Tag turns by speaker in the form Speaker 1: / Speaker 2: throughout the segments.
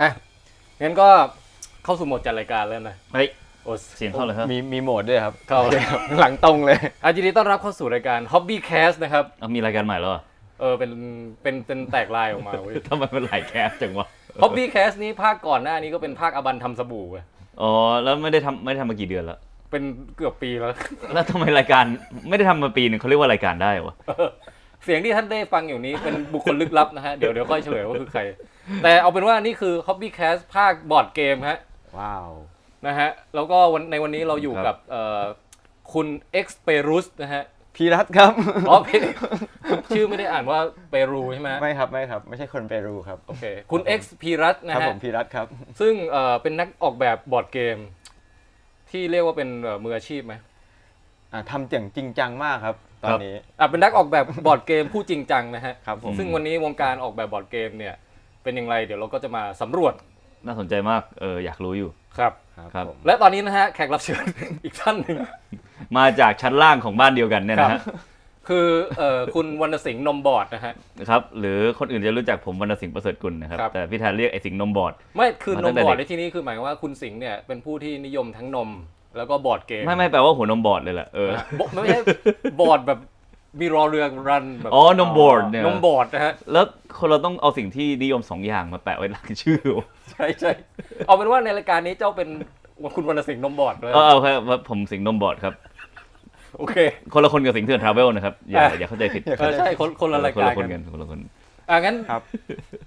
Speaker 1: อ่ะงั้นก็เข้าสู่โหมดจัดรายการแล้วนะ
Speaker 2: เฮ้ย
Speaker 1: โอ้
Speaker 2: เสียงเข้าเลยครับ
Speaker 3: มีมีโหมดด้วยครับ
Speaker 1: เข้าเลยครับ
Speaker 3: หลังตรงเลย
Speaker 1: อ่ะยินดีต้อนรับเข้าสู่รายการ Hobby Cast นะครับ
Speaker 2: เอามีรายการใหม่แล้วเหรอ
Speaker 1: เออเป็นเป็นเป็นแตกลายออกมาเว้ย
Speaker 2: ทำไมมันหลายแคสจังวะ
Speaker 1: Hobby Cast นี้ภาคก่อนหน้านี้ก็เป็นภาคอบันทำสบู่เว้ย
Speaker 2: อ๋อแล้วไม่ได้ทำไม่ได้ทำมากี่เดือนแล้ว
Speaker 1: เป็นเกือบปีแล้ว
Speaker 2: แล้วทำไมรายการไม่ได้ทำมาปีหนึ่งเขาเรียกว่ารายการได้วะ
Speaker 1: เสียงที่ท่านได้ฟังอยู่นี้เป็นบุคคลลึกลับนะฮะ เดี๋ยวเดี๋ยวค่อยเฉลยว่าคือใคร แต่เอาเป็นว่านี่คือ Hobby Cast ภาคบอร์ดเกมฮะ
Speaker 3: ว้าว
Speaker 1: นะฮะ แล้วก็วันในวันนี้เราอยู่กับเอ่อคุณ X p e r u s นะฮะ
Speaker 3: พีรัตครับ
Speaker 1: อ๋อเพชื่อไม่ได้อ่านว่าเปรูใช่ไหม
Speaker 3: ไม่ครับไม่ครับ ไม่ใช่คนเปรูครับ
Speaker 1: โอเค คุณ X พีรัตน์นะครับฮะ
Speaker 3: ผมพีรัตครับ
Speaker 1: ซึ่งเอ่อเป็นนักออกแบบบอร์ดเกม ที่เรียกว่าเป็นเอ่อมืออาชีพไหม
Speaker 3: อ่าทำเจ๋งจริงจังมากครับ ตอนนี้
Speaker 1: อ่ะเป็นนักออกแบบบอร์ดเกมผู้จริงจังนะฮะ
Speaker 3: ครับผม
Speaker 1: ซึ่งวันนี้วงการออกแบบบอร์ดเกมเนี่ย เป็นอย่างไรเดี๋ยวเราก็จะมาสำรวจ
Speaker 2: น่าสนใจมากเอออยากรู้อยู่
Speaker 1: ครับ
Speaker 2: ครับ
Speaker 3: ผม
Speaker 1: และตอนนี้นะฮะแขกรับเชิญ อีกท่านหนึ่ง
Speaker 2: มาจากชั้นล่างของบ้านเดียวกันเนี่ยนะ
Speaker 1: ครั
Speaker 2: ฮะ
Speaker 1: บ คือเอ่อคุณวรรณสิงห์นมบอร์ดนะฮะ
Speaker 2: ครับหรือคนอื่นจะรู้จักผมวรรณสิงห์ประเสริฐกุลนะครับ
Speaker 1: ครับ
Speaker 2: แต่พี่แทนเรียกไอ้สิงห์นมบอด
Speaker 1: ไม่คือ
Speaker 2: มาน ตั้
Speaker 1: ม
Speaker 2: งแต่
Speaker 1: บอร์ด
Speaker 2: เด็
Speaker 1: ใน
Speaker 2: ก
Speaker 1: ที่นี้คือหมายความว่าคุณสิงห์เนี่ยเป็นผู้ที่นิยมทั้งนม แล้วก็บอร์ดเกม
Speaker 2: ไม่ไม่แปลว่าหัวนมบอดเลยแหละเออ
Speaker 1: บอกไม่ใช่บอร์ดแบบมีรอเรือรันแบบ
Speaker 2: อ๋อนมบอดเนี่ย
Speaker 1: นมบอร์ดนะฮะ
Speaker 2: แล้วคนเราต้องเอาสิ่งที่นิยมสองอย่างมาแปะไว้หลังชื่อ
Speaker 1: ใช่ใช่เอาเป็นว่าในรายการนี้เจ้าเป็นคุณวรรณสิงห์นมบอร์ดเลย
Speaker 2: เออเอาครับว่าผมสิงห์นมบอดครับ
Speaker 1: โอเค
Speaker 2: คนละคนกับสิงห์เถื่อนทราเวลนะครับอย่า
Speaker 1: อ่ะ
Speaker 2: อย่าเข้าใจผิด
Speaker 3: อย่า
Speaker 1: เอ
Speaker 3: เข้า
Speaker 1: อ
Speaker 3: ใจ
Speaker 1: ใช่คนคนละราย
Speaker 2: คน
Speaker 1: การ
Speaker 2: ละคน
Speaker 1: กั
Speaker 2: กัน นคนละคน
Speaker 1: อ่ะงั้น
Speaker 3: ครับ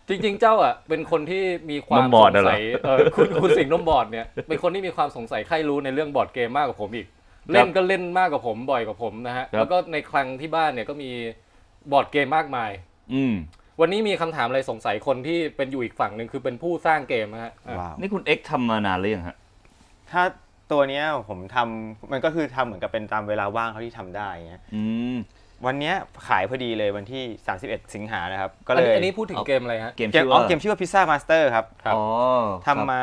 Speaker 1: จริง ๆ เจ้าอ่ะเป็นคนที่มีความ
Speaker 2: นมบอร์ด
Speaker 1: ส
Speaker 2: น่ะ
Speaker 1: ง
Speaker 2: เหรอ
Speaker 1: สัยเอ อคุณคุณสิงห์นมบอร์ดเนี่ยเป็นคนที่มีความสงสัยใครรู้ในเรื่องบอร์ดเกมมากกว่าผมอีก เล่นก็เล่นมากกว่าผมบ่อยกว่าผมนะฮะแล้วก็ในคลังที่บ้านเนี่ยก็มีบอร์ดเกมมากมาย
Speaker 2: อืม
Speaker 1: วันนี้มีคำถามอะไรสงสัยคนที่เป็นอยู่อีกฝั่งหนึ่งคือเป็นผู้สร้างเกมนะฮะอ่ะ
Speaker 3: ว้าว
Speaker 2: นี่คุณเอ็กซ์ทำมานานหรือยังฮะ
Speaker 3: ถ้าตัวเนี้ยผมทำมันก็คือทำเหมือนกับเป็นตามเวลาว่างเขาที่ทำได้เงี้ย
Speaker 2: อืม
Speaker 3: วันเนี้ยขายพอดีเลยวันที่ 31 สิงหานะครับ ก็
Speaker 1: อัน
Speaker 3: เล
Speaker 1: นี้
Speaker 3: ย
Speaker 1: อันนี้พูดถึง
Speaker 2: เอา
Speaker 1: เกมอะไรฮะ
Speaker 2: เกม
Speaker 3: เกม
Speaker 2: ชื่อ
Speaker 3: อ๋อ
Speaker 2: ว่า
Speaker 3: เกมชื่อว่าพิซซ่ามาสเตอร์ครับ
Speaker 1: ครับ
Speaker 2: อ๋อ
Speaker 3: ทำมา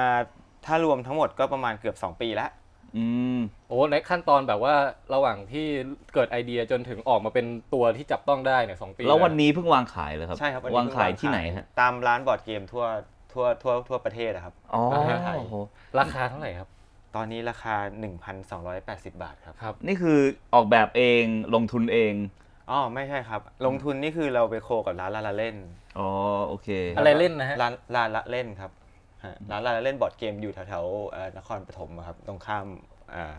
Speaker 3: ถ้ารวมทั้งหมดก็ประมาณเกือบ 2 ปีแล้ว
Speaker 2: อืม
Speaker 1: โอ้ในขั้นตอนแบบว่าระหว่างที่เกิดไอเดียจนถึงออกมาเป็นตัวที่จับต้องได้เนี่ยสองปี
Speaker 2: แล้ววัน
Speaker 1: นะ
Speaker 2: นี้เพิ่งวางขายเลยครับ
Speaker 3: ใช่ครับนนี้
Speaker 2: วางขาย
Speaker 3: เพิ่
Speaker 2: ที่ไหนฮะ
Speaker 3: ตามร้านบอร์ดเกมทั่วทั่วทั่วทั่วประเทศนะครับ
Speaker 2: อ๋อ
Speaker 3: ประเทศไทย
Speaker 2: โอ้โห
Speaker 1: ราคาเท่าไหร่ครับ
Speaker 3: ตอนนี้ราคา 1,280 บาทครับ
Speaker 1: ครับ
Speaker 2: นี่คือออกแบบเองลงทุนเอง
Speaker 3: อ๋อ ไม่ใช่ครับ ลงทุนนี่คือเราไปโคกับร้านลาลาเล่น
Speaker 2: อ๋อ โอเค
Speaker 1: อะไรเล่นนะฮะ
Speaker 3: ร้านลาลาเล่นครับฮะร้านลาลาเล่นบอร์ดเกมอยู่แถวๆเอ่อนครปฐมอะครับ ตรงข้ามเอ่อ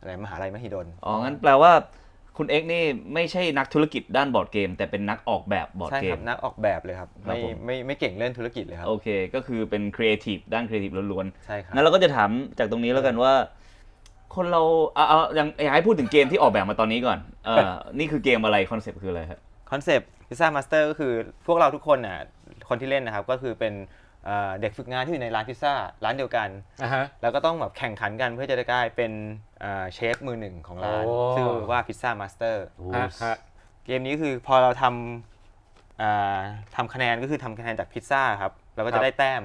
Speaker 3: อะไรมหาลัยมหิดล
Speaker 2: อ๋อ งั้นแปลว่าคุณเอ็กซ์นี่ไม่ใช่นักธุรกิจด้านบอร์ดเกม แต่เป็นนักออกแบบบอร์ด
Speaker 3: ใช่
Speaker 2: เก
Speaker 3: ค
Speaker 2: ม
Speaker 3: รับ นักออกแบบเลยครับ
Speaker 2: ครั
Speaker 3: ไม่
Speaker 2: บผม
Speaker 3: ไม่ไม่เก่งเรื่องธุรกิจเลยครับ
Speaker 2: โอเค ก็คือเป็นครีเอทีฟด้านครีเอทีฟล้วน
Speaker 3: ใช่ครั
Speaker 2: ๆ
Speaker 3: บ
Speaker 2: งั้นเราก็จะถามจากตรงนี้แล้วกันว่า คนเราเอาเอาอย่างอยากให้พูดถึงเกมที่ออกแบบมาตอนนี้ก่อนเออ นี่คือเกมอะไรคอนเซปต์คืออะไรครับ
Speaker 3: คอนเซปต์พิซซ่ามาสเตอร์ก็คือพวกเราทุกคนน่ะคนที่เล่นนะครับก็คือเป็นเอ่อเด็กฝึกงานที่อยู่ในร้านพิซซ่าร้านเดียวกัน
Speaker 1: อ่ะฮะ
Speaker 3: แล้วก็ต้องแบบแข่งขันกันเพื่อจะได้เป็นเอ่อเชฟมือหนึ่งของร้าน
Speaker 1: โอ้
Speaker 3: ชื่อว่าพิซซ่ามาสเตอร์
Speaker 1: ฮะฮะ
Speaker 3: เกมนี้คือพอเราทำเอ่อทำคะแนนก็คือทำคะแนนจากพิซซ่าครับเราก็จะได้แต้ม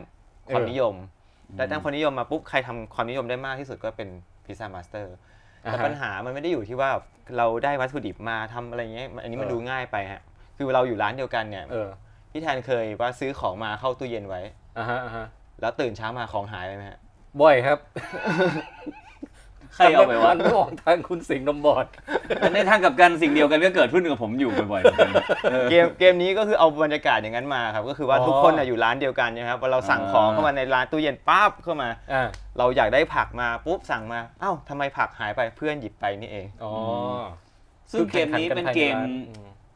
Speaker 3: ความนิยมได้แต้มความนิยมมาปุ๊บใครทำความนิยมได้มากที่สุดก็เป็นพิซซ่ามาสเตอร์
Speaker 1: อ่ะ
Speaker 3: แต่
Speaker 1: ฮะ
Speaker 3: ปัญหามันไม่ได้อยู่ที่ว่าเราได้วัตถุดิบมาทำอะไรเงี้ยอันนี้มัน
Speaker 1: เออ
Speaker 3: ดูง่ายไปฮะคือเราอยู่ร้านเดียวกันเนี่ย
Speaker 1: เออ
Speaker 3: พี่แทนเคยว่าซื้อของมาเข้าตู้เย็นไว้
Speaker 1: อ่ะฮะอ่ะฮะ
Speaker 3: แล้วตื่นเช้ามาของหายไปไหมฮะ
Speaker 1: บ่อยครับ
Speaker 2: ใครเอาไปวะ
Speaker 1: นม่ออกทางคุณสิงห์นมบอร์ด
Speaker 2: แต่ในทางกลับกันสิ่งเดียวกันก็เกิดขึ้นกับผมอยู่บ่อยๆเหมือนกัน
Speaker 3: เก มเกมนี้ก็คือเอาบรรยากาศอย่างนั้นมาครับ ก็คือว่า
Speaker 2: อ๋อ
Speaker 3: ทุกคนน่ะอยู่ร้านเดียวกันนะครับพอเราสั่งของ
Speaker 2: อ่า
Speaker 3: เข้ามาในร้านตู้เย็นปั๊บเข้ามา
Speaker 1: อ่ะ
Speaker 3: เราอยากได้ผักมาปุ๊บสั่งมาเอ้าทำไมผักหายไปเพื่อนหยิบไปนี่เอง
Speaker 1: อ๋อ
Speaker 2: ซึ่งเกมนี้เป็นเกม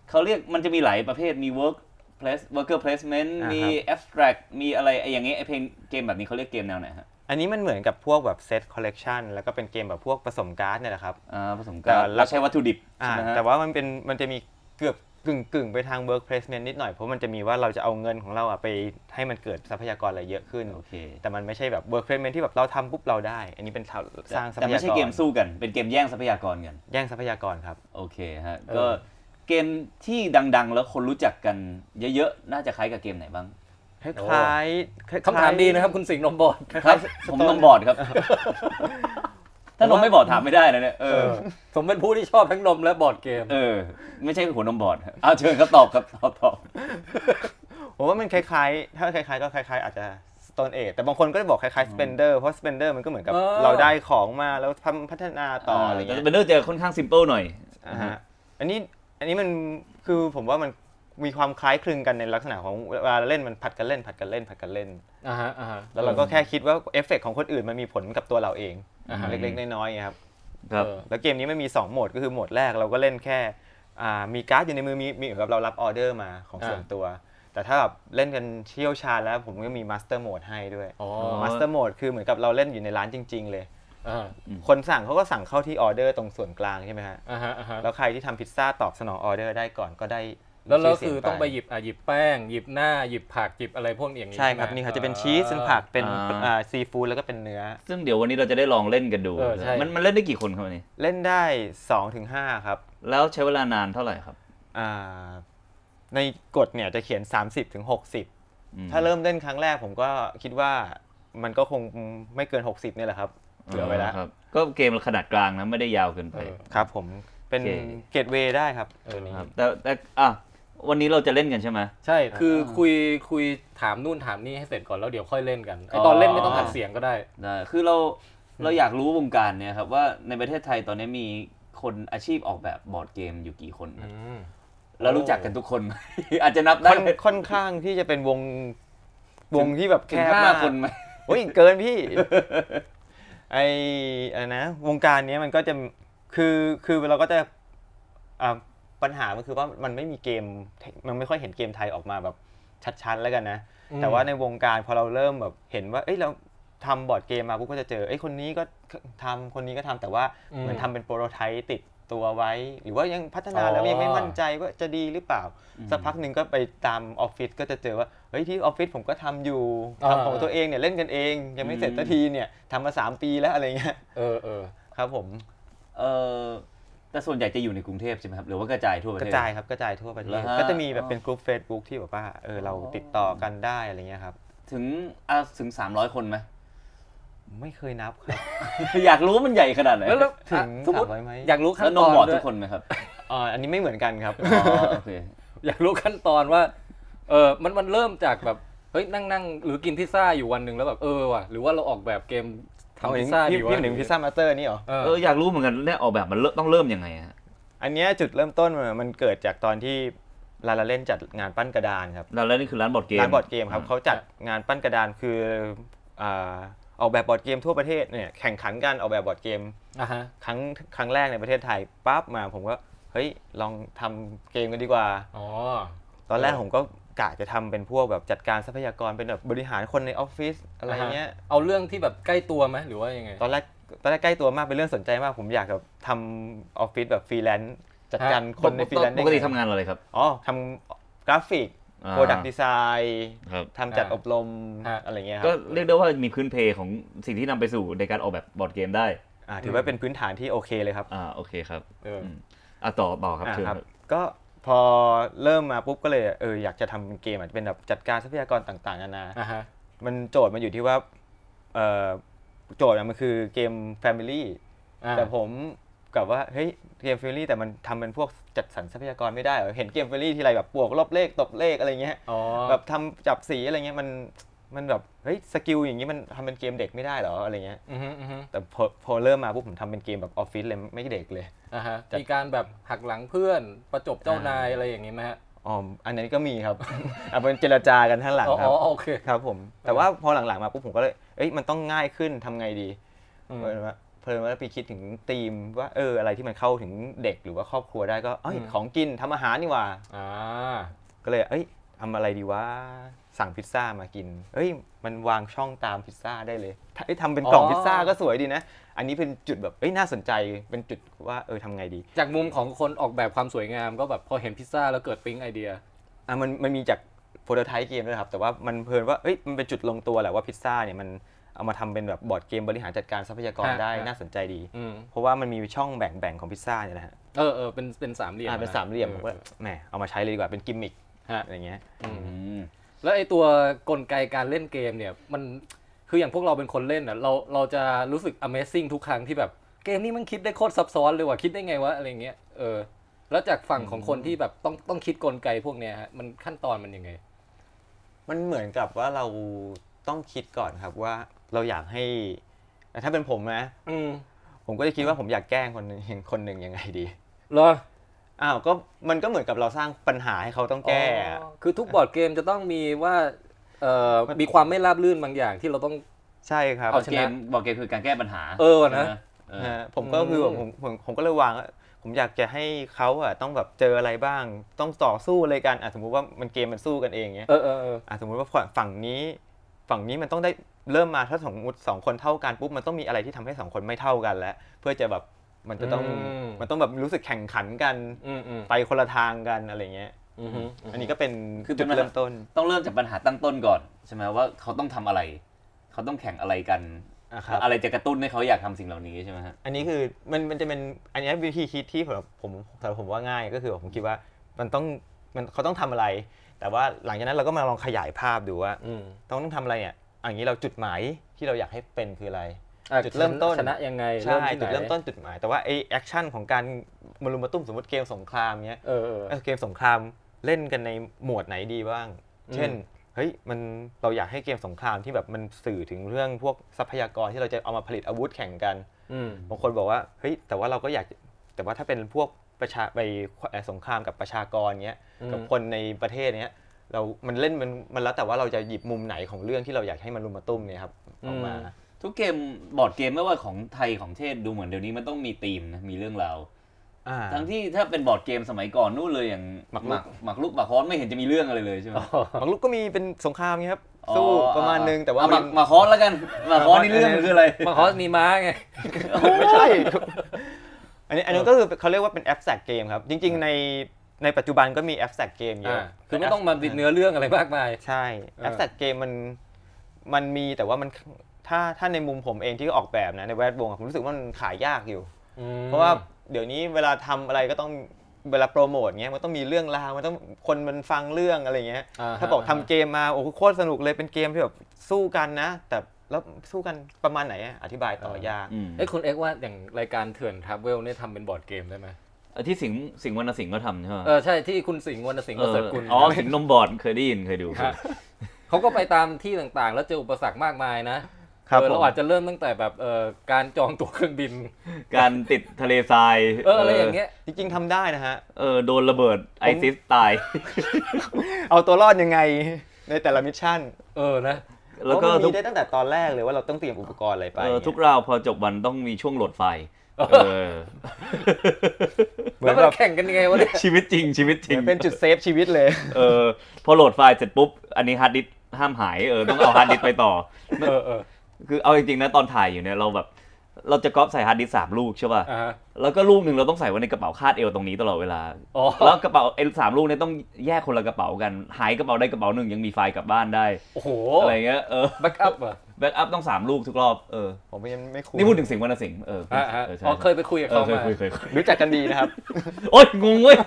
Speaker 2: เขาเรียกมันจะมีหลายประเภทมี work place worker placement
Speaker 3: อ่าครับ
Speaker 2: มี abstract มีอะไรไอ้อย่างเงี้ยไอเพลงเกมแบบนี้เขาเรียกเกมแนวไหนฮะ
Speaker 3: อันนี้มันเหมือนกับพวกแบบเซตคอลเลกชันแล้วก็เป็นเกมแบบพวกผสมการ์ดเนี่ยแหละครับ
Speaker 2: อ่าผสม
Speaker 3: แต่
Speaker 2: กัน
Speaker 3: ละ
Speaker 2: เราใช้วัตถุดิบ
Speaker 3: อ่า
Speaker 2: ใช่ไหม
Speaker 3: แต่
Speaker 2: ฮะ
Speaker 3: ว่ามันเป็นมันจะมีเกือบกึ่งกึ่งไปทาง work placement นิดหน่อยเพราะมันจะมีว่าเราจะเอาเงินของเราอะไปให้มันเกิดทรัพยากรอะไรเยอะขึ้น
Speaker 2: โอเค
Speaker 3: แต่มันไม่ใช่แบบ work placement ที่แบบเราทำปุ๊บเราได้ อันนี้เป็นสร้างทรัพ
Speaker 2: แต่
Speaker 3: ยากร
Speaker 2: ไม่ใช่เกมสู้กัน เป็นเกมแย่งทรัพยากรกัน
Speaker 3: แย่งทรัพยากรครับ
Speaker 2: โอเคฮะ
Speaker 3: เออ
Speaker 2: ก็เกมที่ดังๆ แล้วคนรู้จักกันเยอะๆ น่าจะคล้ายกับเกมไหนบ้าง
Speaker 3: คล้ายๆล้ยๆ
Speaker 1: คำถามดีนะครับคุณสิงห์นมบอร์ด
Speaker 2: ครับ ผมนมบอด ครับ ถ้านมไม่บอดถามไม่ได้นะเนี่ยเออ
Speaker 1: ผมเป็นผู้ที่ชอบทั้งนมและบอร์ดเกม
Speaker 2: เออ ไม่ใช่หัวนมบอด ครับ เอาเชิญครับตอบครับตอบตอบ
Speaker 3: ผมว่ามันคล้ายๆ ถ้าคล้ายๆ ก็คล้ายๆ อาจจะ โตนเอทแต่บางคนก็จะบอกคล้ายๆสเปนเดอร์เพราะสเปนเดอร์มันก็เหมือนกับ
Speaker 1: เออ
Speaker 3: เราได้ของมาแล้วพัฒนาต่ออะไร
Speaker 2: แต่
Speaker 3: เงี้ย
Speaker 2: เป็นเรื่องจะค่อนข้างซิมเปิลหน่อย
Speaker 3: อ่าฮะอันนี้อันนี้มันคือผมว่ามันมีความคล้ายคลึงกันในลักษณะของเวลาเล่นมันผัดกันเล่นผัดกันเล่นผัดกันเล่น
Speaker 1: อ่าฮะอ่าฮะ
Speaker 3: แล้วเราก็แค่คิดว่าเอฟเฟกต์ของคนอื่นมันมีผลกับตัวเราเอง
Speaker 2: อ่าฮะ
Speaker 3: เล็กๆ น้อยๆไงครับ
Speaker 2: ครับ
Speaker 1: เออ
Speaker 3: แล้วเกมนี้มันมี 2 โหมดก็คือโหมดแรกเราก็เล่นแค่อ่ามีการ์ดอยู่ในมือมีมีเหมือนกับเรารับออเดอร์มาของ
Speaker 1: อ่า
Speaker 3: ส่วนตัว แต่ถ้าแบบเล่นกันเชี่ยวชาญแล้วผมก็มีมาสเตอร์โหมดให้ด้วย
Speaker 1: อ๋อ
Speaker 3: มาสเตอร์โหมดคือเหมือนกับเราเล่นอยู่ในร้านจริง ๆ เลย
Speaker 1: อ่า
Speaker 3: คนสั่งเขาก็สั่งเข้าที่ออเดอร์ตรงส่วนกลางใช่ไหมฮะ
Speaker 1: อ่าฮะอ่าฮะ
Speaker 3: แล้วใครที่ทำพิซซ่าตอบสนองออเดอร์ได้ก่อนก็ได้
Speaker 1: แล้วเรา
Speaker 3: ชื่
Speaker 1: คือ
Speaker 3: เสีย
Speaker 1: ต้องไปหยิบอ่ะหยิบแป้ง หยิบหน้าหยิบผักหยิบอะไรพวกอย่างนี้
Speaker 3: ใช่ครับ
Speaker 1: ไหม
Speaker 3: นี่ครับจะเป็น
Speaker 1: อ่า
Speaker 3: ชีสเป็นผักเป็น
Speaker 2: อ่า
Speaker 3: อ่าซีฟู้ดแล้วก็เป็นเนื้อ
Speaker 2: ซึ่งเดี๋ยววันนี้เราจะได้ลองเล่นกันดู
Speaker 1: เออใช่
Speaker 2: มันมันเล่นได้กี่คนครับวันนี้
Speaker 3: เล่นได้2-5ถึง5ครับ
Speaker 2: แล้วใช้เวลานานเท่าไหร่ครับ
Speaker 3: อ่าในกฎเนี่ยจะเขียน 30ถึง
Speaker 2: อืม
Speaker 3: 60 ถ้าเริ่มเล่นครั้งแรกผมก็คิดว่ามันก็คงไม่เกิน 60เนี่ยแหละครับเหลือไว้แล้ว
Speaker 2: ครับก็เกมขนาดกลางนะไม่ได้ยาวเกินไป
Speaker 1: เออ
Speaker 3: ครับผมเป็น
Speaker 2: โอเค
Speaker 3: เกตเวย์ได้ครับ
Speaker 1: เออนี่
Speaker 2: ครับแต่แต่อ่ะวันนี้เราจะเล่นกันใช่ไหม
Speaker 1: ใช่คือคุยคุยถามนู่นถามนี่ให้เสร็จก่อนแล้วเดี๋ยวค่อยเล่นกันไอ
Speaker 2: อ๋อ
Speaker 1: ตอนเล่นไม่ต้องอัดเสียงก็ได้
Speaker 2: ได้คือเราเราอยากรู้วงการเนี่ยครับว่าในประเทศไทยตอนนี้มีคนอาชีพออกแบบบอร์ดเกมอยู่กี่คนครับแล้วรู้จักกันทุกคนไหม อาจจะนับได้
Speaker 3: ค่อนค่อนข้างที่จะเป็นวงวงที่แบบแค
Speaker 2: ถึงห้าม
Speaker 3: บาก
Speaker 2: คนไหม
Speaker 3: โอ้ยเกินพี่ ไออะไรนะ วงการเนี้ยมันก็จะคือคือเราก็จะอ่าปัญหามันคือว่ามันไม่มีเกมมันไม่ค่อยเห็นเกมไทยออกมาแบบชัดๆแล้วกันนะ แต่ว่าในวงการพอเราเริ่มแบบเห็นว่า เอ้ยเราทำบอร์ดเกมมาปุ๊บก็จะเจอ เอ้ยคนนี้ก็ทำคนนี้ก็ทำแต่ว่า
Speaker 1: อืม
Speaker 3: เหมือนทำเป็นโปรโตไทป์ติดตัวไว้ หรือว่ายังพัฒนาแล้ว
Speaker 1: อ๋อ
Speaker 3: ยังไม่มั่นใจว่าจะดีหรือเปล่า สักพักหนึ่งก็ไปตามออฟฟิศก็จะเจอว่า เฮ้ยที่ออฟฟิศผมก็ทำอยู่ทำของตัวเองเนี่ยเล่นกันเอง ยังไม่เสร็จสักทีเนี่ยทำมาสามปีแล้วอะไรเงี้ย
Speaker 1: เออเออ
Speaker 3: ครับผม
Speaker 2: เออแต่ส่วนใหญ่จะอยู่ในกรุงเทพใช่ไหมครับ หรือว่ากระจายทั่วประ
Speaker 3: ก
Speaker 2: เท
Speaker 3: ระ
Speaker 2: ศ
Speaker 3: จายครับกระจายทั่วประเท
Speaker 2: เหรอ
Speaker 3: ศ
Speaker 2: ฮะ
Speaker 3: ก็จะมีแบบ
Speaker 2: อ๋อ
Speaker 3: เป็นกลุ่ม Facebook ที่แบบว่าเออเรา
Speaker 2: อ๋อ
Speaker 3: ติดต่อกันได้อะไรเงี้ยครับ
Speaker 2: ถึงอ่ะถึง 300 คนไหม
Speaker 3: ไม่เคยนับครับ
Speaker 2: อยากรู้ว่ามันใหญ่ขนาดไหน
Speaker 1: แล้วแล้ว
Speaker 3: ถึง
Speaker 1: สมมติ
Speaker 3: สามร้อยไหม
Speaker 1: อยากรู้ขั้
Speaker 2: แล้
Speaker 1: น
Speaker 2: ว
Speaker 1: ต
Speaker 2: นม
Speaker 1: อน
Speaker 2: บอร์ด
Speaker 1: ด้
Speaker 2: ทุ
Speaker 1: วย
Speaker 2: กคนไหมครับ
Speaker 3: อ่าอันนี้ไม่เหมือนกันครับ
Speaker 2: อ๋อโอเค
Speaker 1: อยากรู้ขั้นตอนว่าเออมันมันเริ่มจากแบบเฮ้ยนั่งนั่งหรือกินพิซซ่าอยู่วันหนึ่งแล้วแบบเออว่ะหรือว่าเราออกแบบเกมทำพิซซ่า
Speaker 3: พี่
Speaker 1: ดีวะ
Speaker 3: พี่หนึ่งพิซซ่ามาสเตอร์นี่เหรอ
Speaker 1: เอ
Speaker 2: เอ
Speaker 1: อ
Speaker 2: ออยากรู้เหมือนกันเนี่ยออกแบบมันเริ่มต้องเริ่มยังไงฮะ
Speaker 3: อันเนี้ยจุดเริ่มต้นมันมันเกิดจากตอนที่ลาลาเล่นจัดงานปั้นกระดานครับ
Speaker 2: แล้วแล้วนี่คือร้านบอร์ดเกม
Speaker 3: ร้านบอร์ดเกมครับเขาจัดงานปั้นกระดานคืออ่าออกแบบบอร์ดเกมทั่วประเทศเนี่ยแข่งขันกันออกแบบบอร์ดเกม
Speaker 1: อ่ะฮะ
Speaker 3: ครั้งครั้งแรกในประเทศไทยปั๊บมาผมก็เฮ้ยลองทำเกมกันดีกว่า
Speaker 1: อ๋อ
Speaker 3: ตอนแรก
Speaker 1: เออ
Speaker 3: ผมก็กะจะทำเป็นพวกแบบจัดการทรัพยากรเป็นแบบบริหารคนในออฟฟิศอะไรเงี้ย
Speaker 1: เอาเรื่องที่แบบใกล้ตัวไหมหรือว่ายังไง
Speaker 3: ตอนแรกตอนแรกใกล้ตัวมากเป็นเรื่องสนใจมากผมอยากแบบทำออฟฟิศแบบฟรีแลนซ์จัดการคนในฟรีแลน
Speaker 2: ป
Speaker 3: ซ์ได้
Speaker 2: กติ
Speaker 3: ไง
Speaker 2: ทำงานอะไรครับ
Speaker 3: อ๋อทำกราฟิก
Speaker 2: อ่า
Speaker 3: โปรดักต์ดีไซน์
Speaker 2: ครับ
Speaker 3: ทำจัด
Speaker 1: อ่า
Speaker 3: อบรม
Speaker 1: ฮะ
Speaker 3: อะไรเงี้ยค
Speaker 2: ก็
Speaker 3: รับ
Speaker 2: เรียกได้ว่ามีพื้นเพของสิ่งที่นำไปสู่ในการออกแบบบอร์ดเกมได้
Speaker 3: อ่าถือว่าเป็นพื้นฐานที่โอเคเลยครับ
Speaker 2: อ่าโอเคครับ
Speaker 1: เออ
Speaker 2: อ่ะต่อเบาครับ
Speaker 3: อ่า
Speaker 2: เชิญ
Speaker 3: ค
Speaker 2: ค
Speaker 3: รั
Speaker 2: รั
Speaker 3: บบ ก็พอเริ่มมาปุ๊บก็เลยเอออยากจะทำเกมอาจจะเป็นแบบจัดการทรัพยากรต่างๆนานา
Speaker 1: อ่ะฮะ
Speaker 3: มันโจทย์มันอยู่ที่ว่าเออโจทย์อะมันคือเกม Family
Speaker 1: อ่า
Speaker 3: แต่ผมกับว่าเฮ้ยเกม Family แต่มันทำเป็นพวกจัดสรรทรัพยากรไม่ได้เหรอเห็นเกม Family ทีไรแบบบวกลบเลขตบเลขอะไรเงี้ย
Speaker 1: อ๋อ
Speaker 3: แบบทำจับสีอะไรเงี้ยมันมันแบบเฮ้ยสกิลอย่างนี้มันทำเป็นเกมเด็กไม่ได้เหรออะไรเงี้ย
Speaker 1: อือฮึอือฮึ
Speaker 3: แต่พอพอเริ่มมาปุ๊บผมทำเป็นเกมแบบออฟฟิศเลยไม่เด็กเลย
Speaker 1: อ่ะฮะ มีการแบบหักหลังเพื่อน ประจบเจ้านายอะไรอย่างนี้ไหมฮะ
Speaker 3: อ๋ออันนั้นก็มีครับ อ่ะเป็นเจรจากันข้างหลัง
Speaker 1: อ๋
Speaker 3: ครับ
Speaker 1: อโอเค
Speaker 3: ครับผมแต่ว่าพอหลังๆมาปุ๊บผมก็เลยเอ้ยมันต้องง่ายขึ้นทำไงดี
Speaker 1: อืม
Speaker 3: เพลินว่าเพลินว่าไปคิดถึงธีมว่าเอออะไรที่มันเข้าถึงเด็กหรือว่าครอบครัวได้ก็เอ้ยของกินทำอาหารนี่หว่า
Speaker 1: อ่า
Speaker 3: ก็เลยเอ้ยทำอะไรดีวะสั่งพิซซ่ามากิน เอ้ย มันวางช่องตามพิซซ่าได้เลยถ้าเอ้ยทำเป็นกล่อง
Speaker 1: อ๋อ
Speaker 3: พิซซ่าก็สวยดีนะ อันนี้เป็นจุดแบบเอ้ยน่าสนใจเป็นจุดว่าเออทำไงดี
Speaker 1: จากมุมของคนออกแบบความสวยงามก็แบบพอเห็นพิซซ่าแล้วเกิดปิ๊งไอเดีย
Speaker 3: อ่ะมันมันมีจากโปรโตไทป์เกมด้วยครับ แต่ว่ามันเพลินว่าเอ้ยมันเป็นจุดลงตัวแหละว่าพิซซ่าเนี่ยมันเอามาทำเป็นแบบบอร์ดเกมบริหารจัดการทรัพยากร
Speaker 1: ฮะ
Speaker 3: ได้
Speaker 1: ฮะ
Speaker 3: น่าสนใจดี
Speaker 1: อืม
Speaker 3: เพราะว่ามันมีช่องแบ่งแบ่งๆของพิซซ่าเนี่ยนะฮะ
Speaker 1: เออเออเป็นเป็นสามเหลี่ยม
Speaker 3: อ่ะเป็นสามเหลี่ยมผม
Speaker 1: อ
Speaker 3: ว่า
Speaker 1: อ
Speaker 3: แหมเอามาใช้เลยดีกว่าเป็นกิมมิค
Speaker 1: ฮะ
Speaker 3: อะไรเงี้ย
Speaker 1: แล้วไอ้ตัวกลไกการเล่นเกมเนี่ยมันคืออย่างพวกเราเป็นคนเล่นอ่ะเราเราจะรู้สึก Amazing ทุกครั้งที่แบบเกมนี้มันคิดได้โคตรซับซ้อนเลยว่ะคิดได้ไงวะอะไรเงี้ยเออแล้วจากฝั่งของคนที่แบบต้องต้องคิดกลไกพวกเนี้ยฮะมันขั้นตอนมันยังไง
Speaker 3: มันเหมือนกับว่าเรา ต้องคิดก่อนครับว่าเราอยากให้ถ้าเป็นผมนะ
Speaker 1: อืม
Speaker 3: ผมก็จะคิดว่าผมอยากแกล้งคนหนึ่ง คนหนึ่งยังไงดี
Speaker 1: เหรอ
Speaker 3: อ้าวก็มันก็เหมือนกับเราสร้างปัญหาให้เขาต้องแก้อะ
Speaker 1: อ๋อคือทุกบอร์ดเกมจะต้องมีว่าเอ่อมีความไม่ราบรื่นบางอย่างที่เราต้อง
Speaker 3: ใช่ครับ
Speaker 1: เอา
Speaker 2: เกมบอกเกมคือการแก้ปัญหา
Speaker 1: เออนะ
Speaker 2: ใช่ไหมเออ
Speaker 3: ฮะผมก็คือแบบผมผมผมก็เลยวางว่าผมอยากจะให้เขาอะต้องแบบเจออะไรบ้าง ต้องต่อสู้อะไรกันอ่ะสมมุติว่ามันเกมมันสู้กันเองเงี้ย
Speaker 1: เออเออเออ
Speaker 3: อ่ะสมมุติว่าฝั่งนี้ ฝั่งนี้มันต้องได้เริ่มมาถ้าสมมติสองคนเท่ากันปุ๊บมันต้องมีอะไรที่ทำให้สองคนไม่เท่ากันแล้วเพื่อจะแบบมันจะต้องมันต้องแบบรู้สึกแข่งขันกัน
Speaker 1: อืมอืม
Speaker 3: ไปคนละทางกันอะไรเงี้ย
Speaker 1: อืมฮึ
Speaker 3: อันนี้ก็เป็น
Speaker 2: คือเป็
Speaker 3: จุ
Speaker 2: น
Speaker 3: ด
Speaker 2: ปัญหา
Speaker 3: เริ่มต้น
Speaker 2: ต้องเริ่มจากปัญหาตั้งต้นก่อนใช่ไหมว่าเขาต้องทำอะไร เขาต้องแข่งอะไรกัน
Speaker 3: อ่ะครับ
Speaker 2: อะไรจะกระตุ้นให้เขาอยากทำสิ่งเหล่านี้ใช่ไหมฮะ
Speaker 3: อันนี้คือมันมันจะเป็นอันนี้วิธีคิดที่ผมผมสำหรับผมว่าง่ายก็คือผมคิดว่ามันต้องมันเขาต้องทำอะไร แต่ว่าหลังจากนั้นเราก็มาลองขยายภาพดูว่า
Speaker 1: อืม
Speaker 3: ต้องต้องทำอะไรเนี่ยอะอย่างนี้เราจุดหมายที่เราอยากให้เป็นคืออะไร
Speaker 1: อ่ะ
Speaker 3: จุดเริ่มต้น
Speaker 1: ชนะยังไง
Speaker 3: ใช่
Speaker 1: ที่ไหน
Speaker 3: จุดเริ่มต้นจุดหมาย แต่ว่าไอแอคชั่นของการมารุมมาตุ้มสมมติเกมสงครามเนี้ย
Speaker 1: เออเออ
Speaker 3: เออเกมสงครามเล่นกันในหมวดไหนดีบ้าง
Speaker 1: อืม
Speaker 3: เช่นเฮ้ยมันเราอยากให้เกมสงครามที่แบบมันสื่อถึงเรื่องพวกทรัพยากรที่เราจะเอามาผลิตอาวุธแข่งกัน
Speaker 1: อืม
Speaker 3: บางคนบอกว่าเฮ้ยแต่ว่าเราก็อยากแต่ว่าถ้าเป็นพวกประชาไปเอ่อสงครามกับประชากรเงี้ยกับคนในประเทศเนี้ยเรามันเล่นมันมันแล้วแต่ว่าเราจะหยิบมุมไหนของเรื่องที่เราอยากให้มันรุมมาตุ้มเนี่ยครับออกมา
Speaker 2: ทุกเกมบอร์ดเกมไม่ว่าของไทยของเทศดูเหมือนเดี๋ยวนี้มันต้องมีธีมนะมีเรื่องราว
Speaker 3: อ่า
Speaker 2: ทั้งที่ถ้าเป็นบอร์ดเกมสมัยก่อนนู่นเลยอย่าง
Speaker 3: หมากรุก
Speaker 2: หมากรุกหมากฮ้อนไม่เห็นจะมีเรื่องอะไรเลยใช่ไหม
Speaker 3: บางลูกก็มีเป็นสงครามเงี้ยครับสู้ประมาณนึงแต่ว่า
Speaker 2: เอห
Speaker 3: มั
Speaker 2: มาน กหมากฮ้อนแล้วกันหมากฮ้อนนี่เรื่องมันคืออะไร
Speaker 1: มาคอสมีม้าไง
Speaker 3: ไม่ใช่ อันนี้อันนี้ก็คือเขาเรียกว่าเป็นแอปแสกเกมครับจริง ๆ ในในปัจจุบันก็มีแอปแสกเกมเยอะ
Speaker 1: อ่าคือไม่ต้องมาบิดเนื้อเรื่องอะไรมากมาย
Speaker 3: ใช่
Speaker 1: เออ
Speaker 3: แอปแตดเกมมันมันมีแต่ว่ามันถ้าถ้าในมุมผมเองที่ออกแบบนะในแวดวงอะผมรู้สึกว่ามันขายยากอยู่
Speaker 1: อืม
Speaker 3: เพราะว่าเดี๋ยวนี้เวลาทำอะไรก็ต้องเวลาโปรโมทเงี้ยมันต้องมีเรื่องราวมันต้องคนมันฟังเรื่องอะไรเงี้ย
Speaker 1: ฮะ
Speaker 3: ถ้าบอกทำเกมมาโอ้โหโคตรสนุกเลยเป็นเกมที่แบบสู้กันนะ แต่แล้วสู้กันประมาณไหนอะอธิบายต่อยาก
Speaker 1: เอ้ยคุณเอ็กซ์ว่าอย่างรายการเถื่อนทราเวลเนี่ยทำเป็นบอร์ดเกมได้ไหม
Speaker 2: เออที่สิงห์สิงห์วรรณสิงห์ก็ทำใช่ไหม
Speaker 1: เออใช่ที่คุณสิงห์วรรณสิงห์ประเสริฐกุล
Speaker 2: อ๋อสิงห์นมบอร์ดเคยได้ยินเคยดู
Speaker 1: ฮะ เขาก็ไปตามที่ต่างๆ แล้วเจออุปสรรคมากมายนะครับ เออ
Speaker 3: ผม
Speaker 1: เราอาจจะเริ่มตั้งแต่แบบเอ่อการจองตั๋วเครื่องบิน
Speaker 2: การติดทะเลทราย
Speaker 1: เอออะไรอย่างเงี้ย
Speaker 3: จริงๆทำได้นะฮะ
Speaker 2: เออโดนระเบิดไอซิสตาย
Speaker 3: เอาตัวรอดยังไงในแต่ละมิชชั่น
Speaker 1: เออนะ
Speaker 2: แล้วก็
Speaker 3: เพราะมัน
Speaker 2: ทุ
Speaker 3: มี
Speaker 2: ก
Speaker 3: ได้ตั้งแต่ตอนแรกเลยว่าเราต้องเตรียมอุปกรณ์อะไรไป
Speaker 2: เออ
Speaker 3: เนี่ย
Speaker 2: ทุกราวพอจบวันต้องมีช่วงโหลดไฟเออ
Speaker 3: เหมื
Speaker 1: แล้ว
Speaker 3: อน
Speaker 1: มั
Speaker 3: แบ
Speaker 1: น
Speaker 3: บ
Speaker 1: แข่งกันยังไงวะเนี่ย
Speaker 2: ชีวิตจริงชีวิตจริง
Speaker 3: เป็นจุดเซฟชีวิตเลย
Speaker 2: เออพอโหลดไฟล์เสร็จปุ๊บ อันนี้ฮาร์ดดิสก์ห้ามหายเออต้องเอาฮาร์ดดิสก์ไปต่อ
Speaker 1: เออเออ
Speaker 2: คือเอาจริงๆนะตอนถ่ายอยู่เนี่ยเราแบบ เราจะก๊อปใส่ฮาร์ดดิสก์สามลูกใช่ป่ะ
Speaker 1: อ่าฮะ
Speaker 2: แล้วก็ลูกหนึ่งเราต้องใส่ไว้ในกระเป๋าคาดเอวตรงนี้ตลอดเวลา
Speaker 1: อ๋อ
Speaker 2: แล้วกระเป๋าเอสามลูกเนี่ยต้องแยกคนละกระเป๋ากัน หายกระเป๋าได้กระเป๋าหนึ่งยังมีไฟล์กลับบ้านได้
Speaker 1: โอ้โห
Speaker 2: อะไรเงี้ยเออ
Speaker 1: แบ็กอัพเหรอ
Speaker 2: แบ็กอัพต้องสามลูกทุกรอบเออ
Speaker 3: ผมยังไม่คุย
Speaker 2: นี่พูดถึงสิงห์วรรณสิงห์เออ
Speaker 1: อ่าฮะ
Speaker 2: เออใช่
Speaker 1: อ๋อเคยไปคุยกับ
Speaker 2: เอ
Speaker 1: เขา
Speaker 2: อเคย
Speaker 1: มา
Speaker 2: คุยเคยคุย
Speaker 3: รู้จักกันดีนะครับ
Speaker 2: โอ๊ยงงเว้ย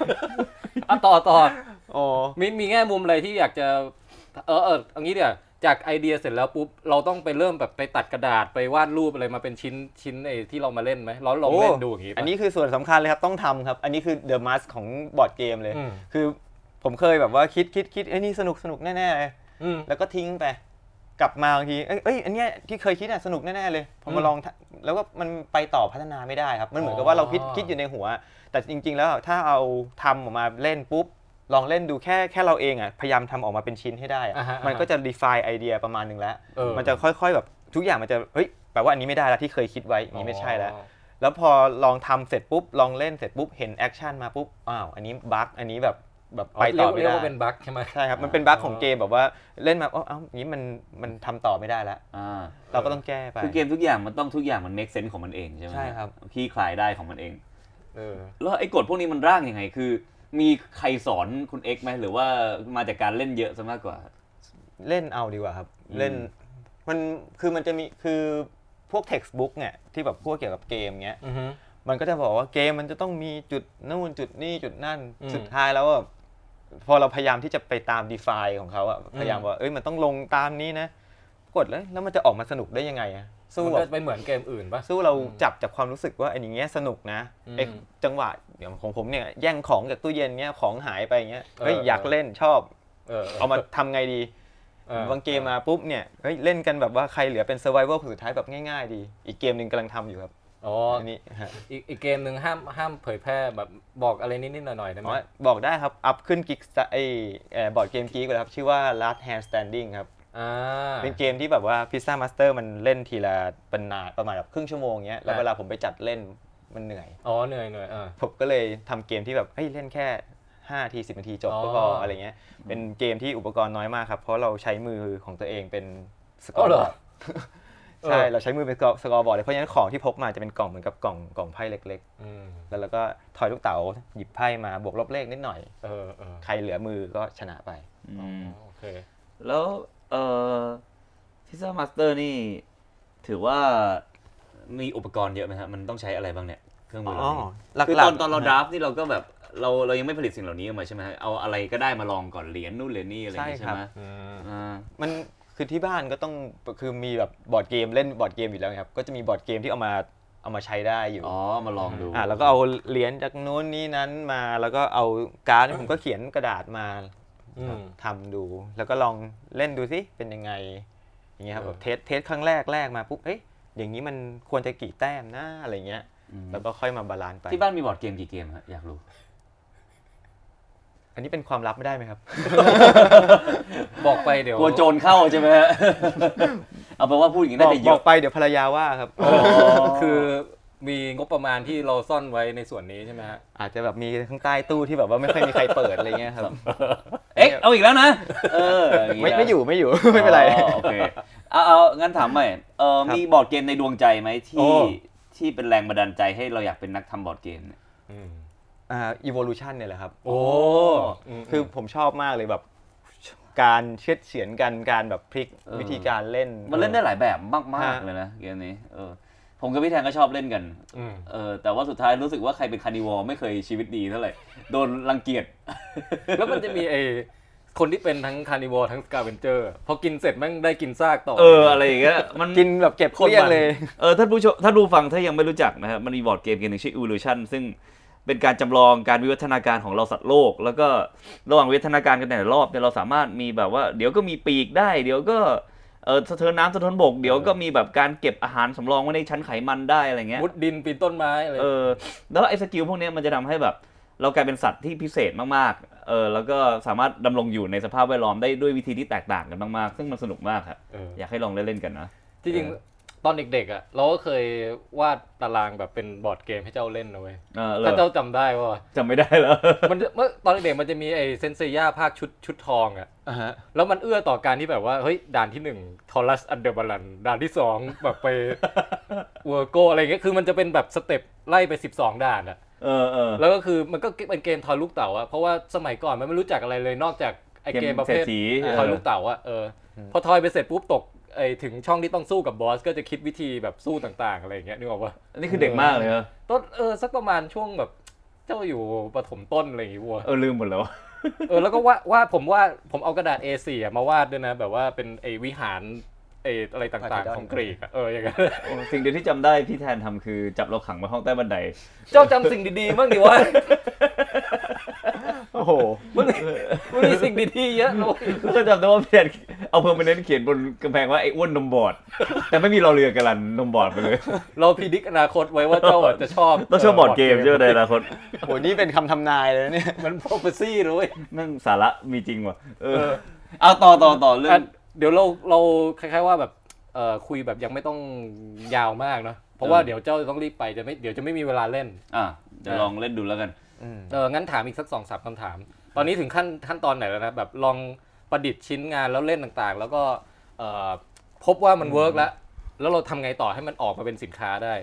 Speaker 1: อ่ะต่อต่อ
Speaker 3: อ๋อ
Speaker 1: มีมีแง่มุมอะไรที่อยากจะ เออเออเอางี้เดี๋ยวจากไอเดียเสร็จแล้วปุ๊บ เราต้องไปเริ่มแบบไปตัดกระดาษไปวาดรูปอะไรมาเป็นชิ้นชิ้นไอที่เรามาเล่นไหมเราลอง
Speaker 3: โอ้
Speaker 1: เล่นดูอย่างงี้ปะ
Speaker 3: อันนี้คือส่วนสำคัญเลยครับ ต้องทำครับ อันนี้คือเดอะมาสของบอร์ดเกมเลย
Speaker 1: อืม
Speaker 3: คือผมเคยแบบว่าคิดคิดคิดเอ้ยนี่สนุกสนุกแน่ๆเลย
Speaker 1: อืม
Speaker 3: แล้วก็ทิ้งไป กลับมาบางทีเอ้ยเอ้ยอันเนี้ยที่เคยคิดอะสนุกแน่ๆเลยพอ
Speaker 1: อื
Speaker 3: มาม ลองทำแล้วก็มันไปต่อพัฒนาไม่ได้ครับ มันเหมือนกับว่า
Speaker 1: อ๋อ
Speaker 3: เราคิดคิดอยู่ในหัว แต่จริง ๆ แล้วถ้าเอาทำออกมาเล่นปุ๊บ ลองเล่นดูแค่แค่เราเองอ่ะพยายามทำออกมาเป็นชิ้นให้ได้อะ
Speaker 1: อ่าฮะ
Speaker 3: มันก็จะ define ไอเดียประมาณหนึงแล้ว
Speaker 1: เออ
Speaker 3: มันจะค่อยๆแบบทุกอย่างมันจะเฮ้ยแปลว่าอันนี้ไม่ได้แล้วที่เคยคิดไว้อย่างนี้ไม่ใช่แล้ว
Speaker 1: อ๋อ
Speaker 3: แล้วพอลองทำเสร็จปุ๊บ ลองเล่นเสร็จปุ๊บ เห็นแอคชั่นมาปุ๊บ อ้าว อันนี้บั๊กอันนี้แบบแบบไปต่อไม่
Speaker 1: เรียกเรียก
Speaker 3: ได้
Speaker 1: ว่าเป็นบั๊กใช่ไหม
Speaker 3: ใช่ครับ มันเป็นบั๊กของเกมแบบว่าเล่นมาเอ้าเอ้าอย่างนี้มันมันทำต่อไม่ได้แล้ว
Speaker 2: อ่า
Speaker 3: เราก็ต้องแก้ไป
Speaker 2: คือเกมทุกอย่างมันต้องทุกอย่างมัน make sense ของมันเองใช่ไหม
Speaker 3: ใช่ครับ
Speaker 2: ขี้คลายได้ของมันเอง
Speaker 1: เออ
Speaker 2: แล้วไอ้กฎพวกนี้มันร่างยังไง คือ มีใครสอนคุณเอ็กซ์ไหมหรือว่ามาจากการเล่นเยอะซะมากกว่า
Speaker 3: เล่นเอาดีกว่าครับ
Speaker 2: อืม
Speaker 3: เล่นมันคือมันจะมีคือพวก textbook เนี่ยที่แบบพวกเกี่ยวกับเกมเงี้ย
Speaker 1: อือฮึ
Speaker 3: มันก็จะบอกว่าเกมมันจะต้องมีจุดนู่นจุดนี่จุดนั่น
Speaker 1: อืม
Speaker 3: สุดท้ายแล้วอะพอเราพยายามที่จะไปตาม define ของเขาอะพยายามว่าเอ้ยมันต้องลงตามนี้นะ กดแล้วแล้วมันจะออกมาสนุกได้ยังไงอะสู้
Speaker 1: มัน
Speaker 3: แบ
Speaker 1: ก็
Speaker 3: บ
Speaker 1: ไปเหมือนเกมอื่นปะ
Speaker 3: สู้เราจับจากความรู้สึกว่าไอ้อย่างเงี้ยสนุกนะ
Speaker 1: อืม
Speaker 3: ไอ้จังหวะอย่างของผมเนี่ยแย่งของจากตู้เย็นเงี้ยของหายไปเงี้ยเฮ้ย
Speaker 1: เออ
Speaker 3: อยาก
Speaker 1: เออ
Speaker 3: เล่นชอบ
Speaker 1: เออ
Speaker 3: เอามาทำไงดี
Speaker 1: เออ
Speaker 3: บางเกมมาปุ๊บเนี่ยเฮ้ยเล่นกันแบบว่าใครเหลือเป็นเซอร์ไวเวอร์คนสุดท้ายแบบง่ายๆดี อีกเกมหนึ่งกำลังทำอยู่ครับ
Speaker 1: อ๋อ
Speaker 3: อันนี้ฮะ
Speaker 1: อีกอีกเกมหนึ่งห้ามห้ามเผยแพร่แบบบอกอะไรนิดๆหน่อยๆได้ไห
Speaker 3: อ๋
Speaker 1: ม
Speaker 3: อบอกได้ครับ อัพขึ้นกิกไอบอร์ดเกมกีกเลยครับ ชื่อว่า Last Hand Standing ครับ
Speaker 1: อ่า
Speaker 3: เป็นเกมที่แบบว่าพิซซ่ามาสเตอร์มันเล่นทีละเป็นนานประมาณแบบครึ่งชั่วโมงเงี้ยแล้ว
Speaker 1: อ่ะ
Speaker 3: เวลาผมไปจัดเล่นมันเหนื่อย
Speaker 1: อ๋อเหนื่อยเหนื่อยเออ
Speaker 3: ผมก็เลยทำเกมที่แบบเฮ้ยเล่นแค่5ที10นาทีจบ
Speaker 1: อ๋อ
Speaker 3: ก็พออะไรเงี้ย เป็นเกมที่อุปกรณ์น้อยมากครับ เพราะเราใช้มือของตัวเองเป็นสก
Speaker 1: อ๋
Speaker 3: อ
Speaker 1: อ
Speaker 3: ร์
Speaker 1: เห
Speaker 3: บ
Speaker 1: ร
Speaker 3: อ
Speaker 1: อ
Speaker 3: ร์ด ใช่
Speaker 1: เออ
Speaker 3: เราใช้มือเป็นสกอร์บอร์ดเลยเพราะฉะนั้นของที่พกมาจะเป็นกล่องเหมือนกับกล่องกล่องไพ่เล็ก
Speaker 1: อืม
Speaker 3: ๆ แล้วเราก็ถอยลูกเต๋าหยิบไพ่มาบวกลบเลขนิดหน่อย
Speaker 1: เออเออ
Speaker 3: ใครเหลือมือก็ชนะไป
Speaker 2: อืม
Speaker 1: โอเค
Speaker 2: แล้วเอ่อพิซซ่ามาสเตอร์นี่ ถือว่ามีอุปกรณ์เยอะไหมฮะมันต้องใช้อะไรบ้างเนี่ย เครื่องมือเหล่านี้
Speaker 3: หลักๆ
Speaker 2: คือตอนตอนเรา
Speaker 3: นะ
Speaker 2: ดราฟนี่เราก็แบบเราเรายังไม่ผลิตสิ่งเหล่านี้ออกมาใช่ไหมฮะเอาอะไรก็ได้มาลองก่อนเหรียญนู่นเหรียญนี่อะไรอย่างงี้
Speaker 3: ใช่
Speaker 2: ใช่
Speaker 3: ครับ
Speaker 2: ไหม
Speaker 1: อืม
Speaker 2: อ่า
Speaker 3: มันคือที่บ้านก็ต้องคือมีแบบบอร์ดเกมเล่นบอร์ดเกมอยู่แล้วไงครับ ก็จะมีบอร์ดเกมที่เอามาเอามาใช้ได้อยู่
Speaker 2: อ๋อ มาลองดู
Speaker 3: อ่าแล้วก็เอาเหรียญจากนู้นนี้นั้นมาแล้วก็เอาการ์ดผมก็เขียนกระดาษมา
Speaker 1: อืม
Speaker 3: ทำดู แล้วก็ลองเล่นดูสิเป็นยังไง อย่างเงี้ยครับ
Speaker 1: เอ
Speaker 3: แบ
Speaker 1: อ
Speaker 3: บเทสเทสครั้งแรกแรกมาปุ๊บเอ๊ะอย่างนี้มันควรจะกี่แต้มนะอะไรเงี้ย
Speaker 2: อืม
Speaker 3: แล้วก็ค่อยมาบาลานซ์ไป
Speaker 2: ที่บ้านมีบอร์ดเกมกี่เกมฮะอยากรู้
Speaker 3: อันนี้เป็นความลับไม่ได้ไหมครับ
Speaker 1: บอกไปเดี๋ยว
Speaker 2: กลัวโจรเข้าใช่ไหม ฮะ เอาเป็นว่าพูดอย่างนี้
Speaker 3: บอ
Speaker 2: น่าก จะเย
Speaker 3: บอ
Speaker 2: อะ
Speaker 3: กไปเดี๋ยวภรรยาว่าครับ
Speaker 1: คือมีงบประมาณที่เราซ่อนไว้ในส่วนนี้ใช่ไหมฮะ
Speaker 3: อาจจะแบบมีข้างใต้ตู้ที่แบบว่าไม่ค่อยมีใครเปิดอะไรเงี้ยครับ
Speaker 2: เอ๊ะเอาอีกแล้วนะ เอ อางงี้
Speaker 3: ไม่
Speaker 2: นะ
Speaker 3: ไม่อยู่ไม่ อยู่ ไม่เป็นไร
Speaker 2: อ๋อโอเคเอาเอางั้นถามใหม่เออ
Speaker 3: ครับ
Speaker 2: มีบอร์ดเกมในดวงใจไหม
Speaker 3: โอ้
Speaker 2: ที่ที่เป็นแรงบันดาลใจให้เราอยากเป็นนักทำบอร์ดเกมเนี่ย
Speaker 3: อ่า evolution เนี่ยแหละครับ
Speaker 1: โอ้
Speaker 3: คือผมชอบมากเลยแบบ การเชือดเฉือนกันการแบบพลิกวิธีการเล่น
Speaker 2: มันเล่นได้หลายแบบมาก
Speaker 3: ฮะ
Speaker 2: ๆเลยนะเกมนี้เออผมกับพี่แทนก็ชอบเล่นกัน
Speaker 1: ม
Speaker 2: เออแต่ว่าสุดท้ายรู้สึกว่าใครเป็นคาร์นิวอลไม่เคยชีวิตดีเท่าไหร่โดนรังเกียจ
Speaker 1: แล้วมันจะมีไอ้คนที่เป็นทั้งคาร์นิวอร์ทั้งสกาเวนเจอร์พอกินเสร็จแม่งได้กินซากต่อ
Speaker 2: เอออะไรอย่างเงี้ยมัน
Speaker 3: กินแบบเก็บเกลี้ยงเลย
Speaker 2: เออท่านผู้ชมท่านผู้ฟังถ้ายังไม่รู้จักนะครับมันมีบอร์ดเกมเกมหนึ่งชื่อ Evolution ซึ่งเป็นการจำลองการวิวัฒนาการของเราสัตว์โลก แล้วก็ระหว่างวิวัฒนาการกันแต่ละรอบเนี่ยเราสามารถมีแบบว่า เดี๋ยวก็มีปีกได้ เดี๋ยวก็เออสะเทินน้ำสะเทินบก เดี๋ยวก็มีแบบการเก็บอาหารสำรองไว้ในชั้นไขมันได้อะไรเงี้ย
Speaker 1: มุดดินปีนต้นไม้อะไร
Speaker 2: เออแล้วไอ้สกิลพวกเนี้ยมันจะทำให้แบบ เรากลายเป็นสัตว์ที่พิเศษมากๆเออแล้วก็สามารถดำรงอยู่ในสภาพแวดล้อมได้ด้วยวิธีที่แตกต่างกันมากๆ ซึ่งมันสนุกมากครับ
Speaker 1: เออ
Speaker 2: อ
Speaker 1: อ
Speaker 2: ยากให้ลองเล่นๆกันนะ
Speaker 1: จริงๆตอนเด็กๆอ่ะเราก็เคยวาดตารางแบบเป็นบอร์ดเกมให้เจ้าเล่นนะเว้ย
Speaker 2: เออ
Speaker 1: ถ้า
Speaker 2: เรา
Speaker 1: เจ้าจำได้ว่า
Speaker 2: จำไม่ได้แล้ว
Speaker 1: มันจะเมื่อตอนเด็กๆมันจะมีไอ้เซนเซียภาคชุดชุดทองอ่ะ แล้วมันเอื้อต่อการที่แบบว่าเฮ้ยด่านที่หนึ่งทอรัสอันเดอร์บาลันด่านที่สองแบบ ไป เวอร์โกอะไรเงี้ยคือมันจะเป็นแบบสเต็ปไล่ไป 12 ด่านอะ
Speaker 2: เออเออ
Speaker 1: แล้วก็คือมันก็เป็นเกมทอยลูกเต๋าอะเพราะว่าสมัยก่อนมันไม่รู้จักอะไรเลยนอกจากไอเกมประเภท
Speaker 2: เกมเศรษฐีเออ
Speaker 1: ทอยลูกเต๋าอะเออพอทอยไปเสร็จปุ๊บตกไอถึงช่องที่ต้องสู้กับบอสก็จะคิดวิธีแบบสู้ต่างๆ อะไรเงี้ยนึกออกปะ
Speaker 2: อันนี้คือเด็กมากเลยเหรอ
Speaker 1: ต้นเออสักประมาณช่วงแบบเจ้าอยู่ประถมต้นอะไรอย่างงี้วัว
Speaker 2: เออลืมหมด แล้ว
Speaker 1: เออแล้วก็วาดวาดผมวาดผมเอากระดาษ A4 อะมาวาดด้วยนะ แบบว่าเป็นไอวิหารไออะไรต่างๆ
Speaker 3: Poseidon
Speaker 1: ของกรีกอะเอออย่างเงี้ย
Speaker 2: สิ่งเดียวที่จำได้พี่แทนทำคือจับเราขังไว้ห้องใต้บันได
Speaker 1: เจ้าจำสิ่งดีๆบ้างดิวะ
Speaker 3: โอ้โห
Speaker 1: มันมีมันมีสิ่งดีๆเยอะนะเลย
Speaker 2: แล้วก็จำได้ว่าพี่แทนเอาเพอร์มานนเขียนบนกำแพงว่าไอ้อ้วนนมบอด แต่ไม่มีเราเรือกันลันนมบอดไป เลย
Speaker 1: เราพิดิกอนาคตไว้ว่าเจ้าอะจะชอบ
Speaker 2: ต้องชอบบอร์ดเกมเยอะในอนาคต
Speaker 3: โห นี่เป็นคำทำนายเลยนะเนี่ย
Speaker 1: มัน prophecy นะเลย
Speaker 2: แม่งสาระมีจริงว่ะเออเอาต่อต่อต่อเรื่อ
Speaker 1: อ่ะ
Speaker 2: ง
Speaker 1: เดี๋ยวเราเราคล้ายๆว่าแบบเอ่อคุยแบบยังไม่ต้องยาวมากเนาะเพราะว่า
Speaker 2: เออ
Speaker 1: เดี๋ยวเจ้าจะต้องรีบไปจะไม่เดี๋ยวจะไม่มีเวลาเล่น
Speaker 2: อ่ะจะลองเล่นดูแล้วกัน
Speaker 1: เอองั้นถามอีกสักสองสามคำถาม ตอนนี้ถึงขั้นขั้นตอนไหนแล้วนะ แบบลองประดิษฐ์ชิ้นงานแล้วเล่นต่างๆ แล้วก็เอ่อพบว่ามันเวิร์กแล้ว แล้วเราทำไงต่อให้มันออกมาเป็นสินค้าได้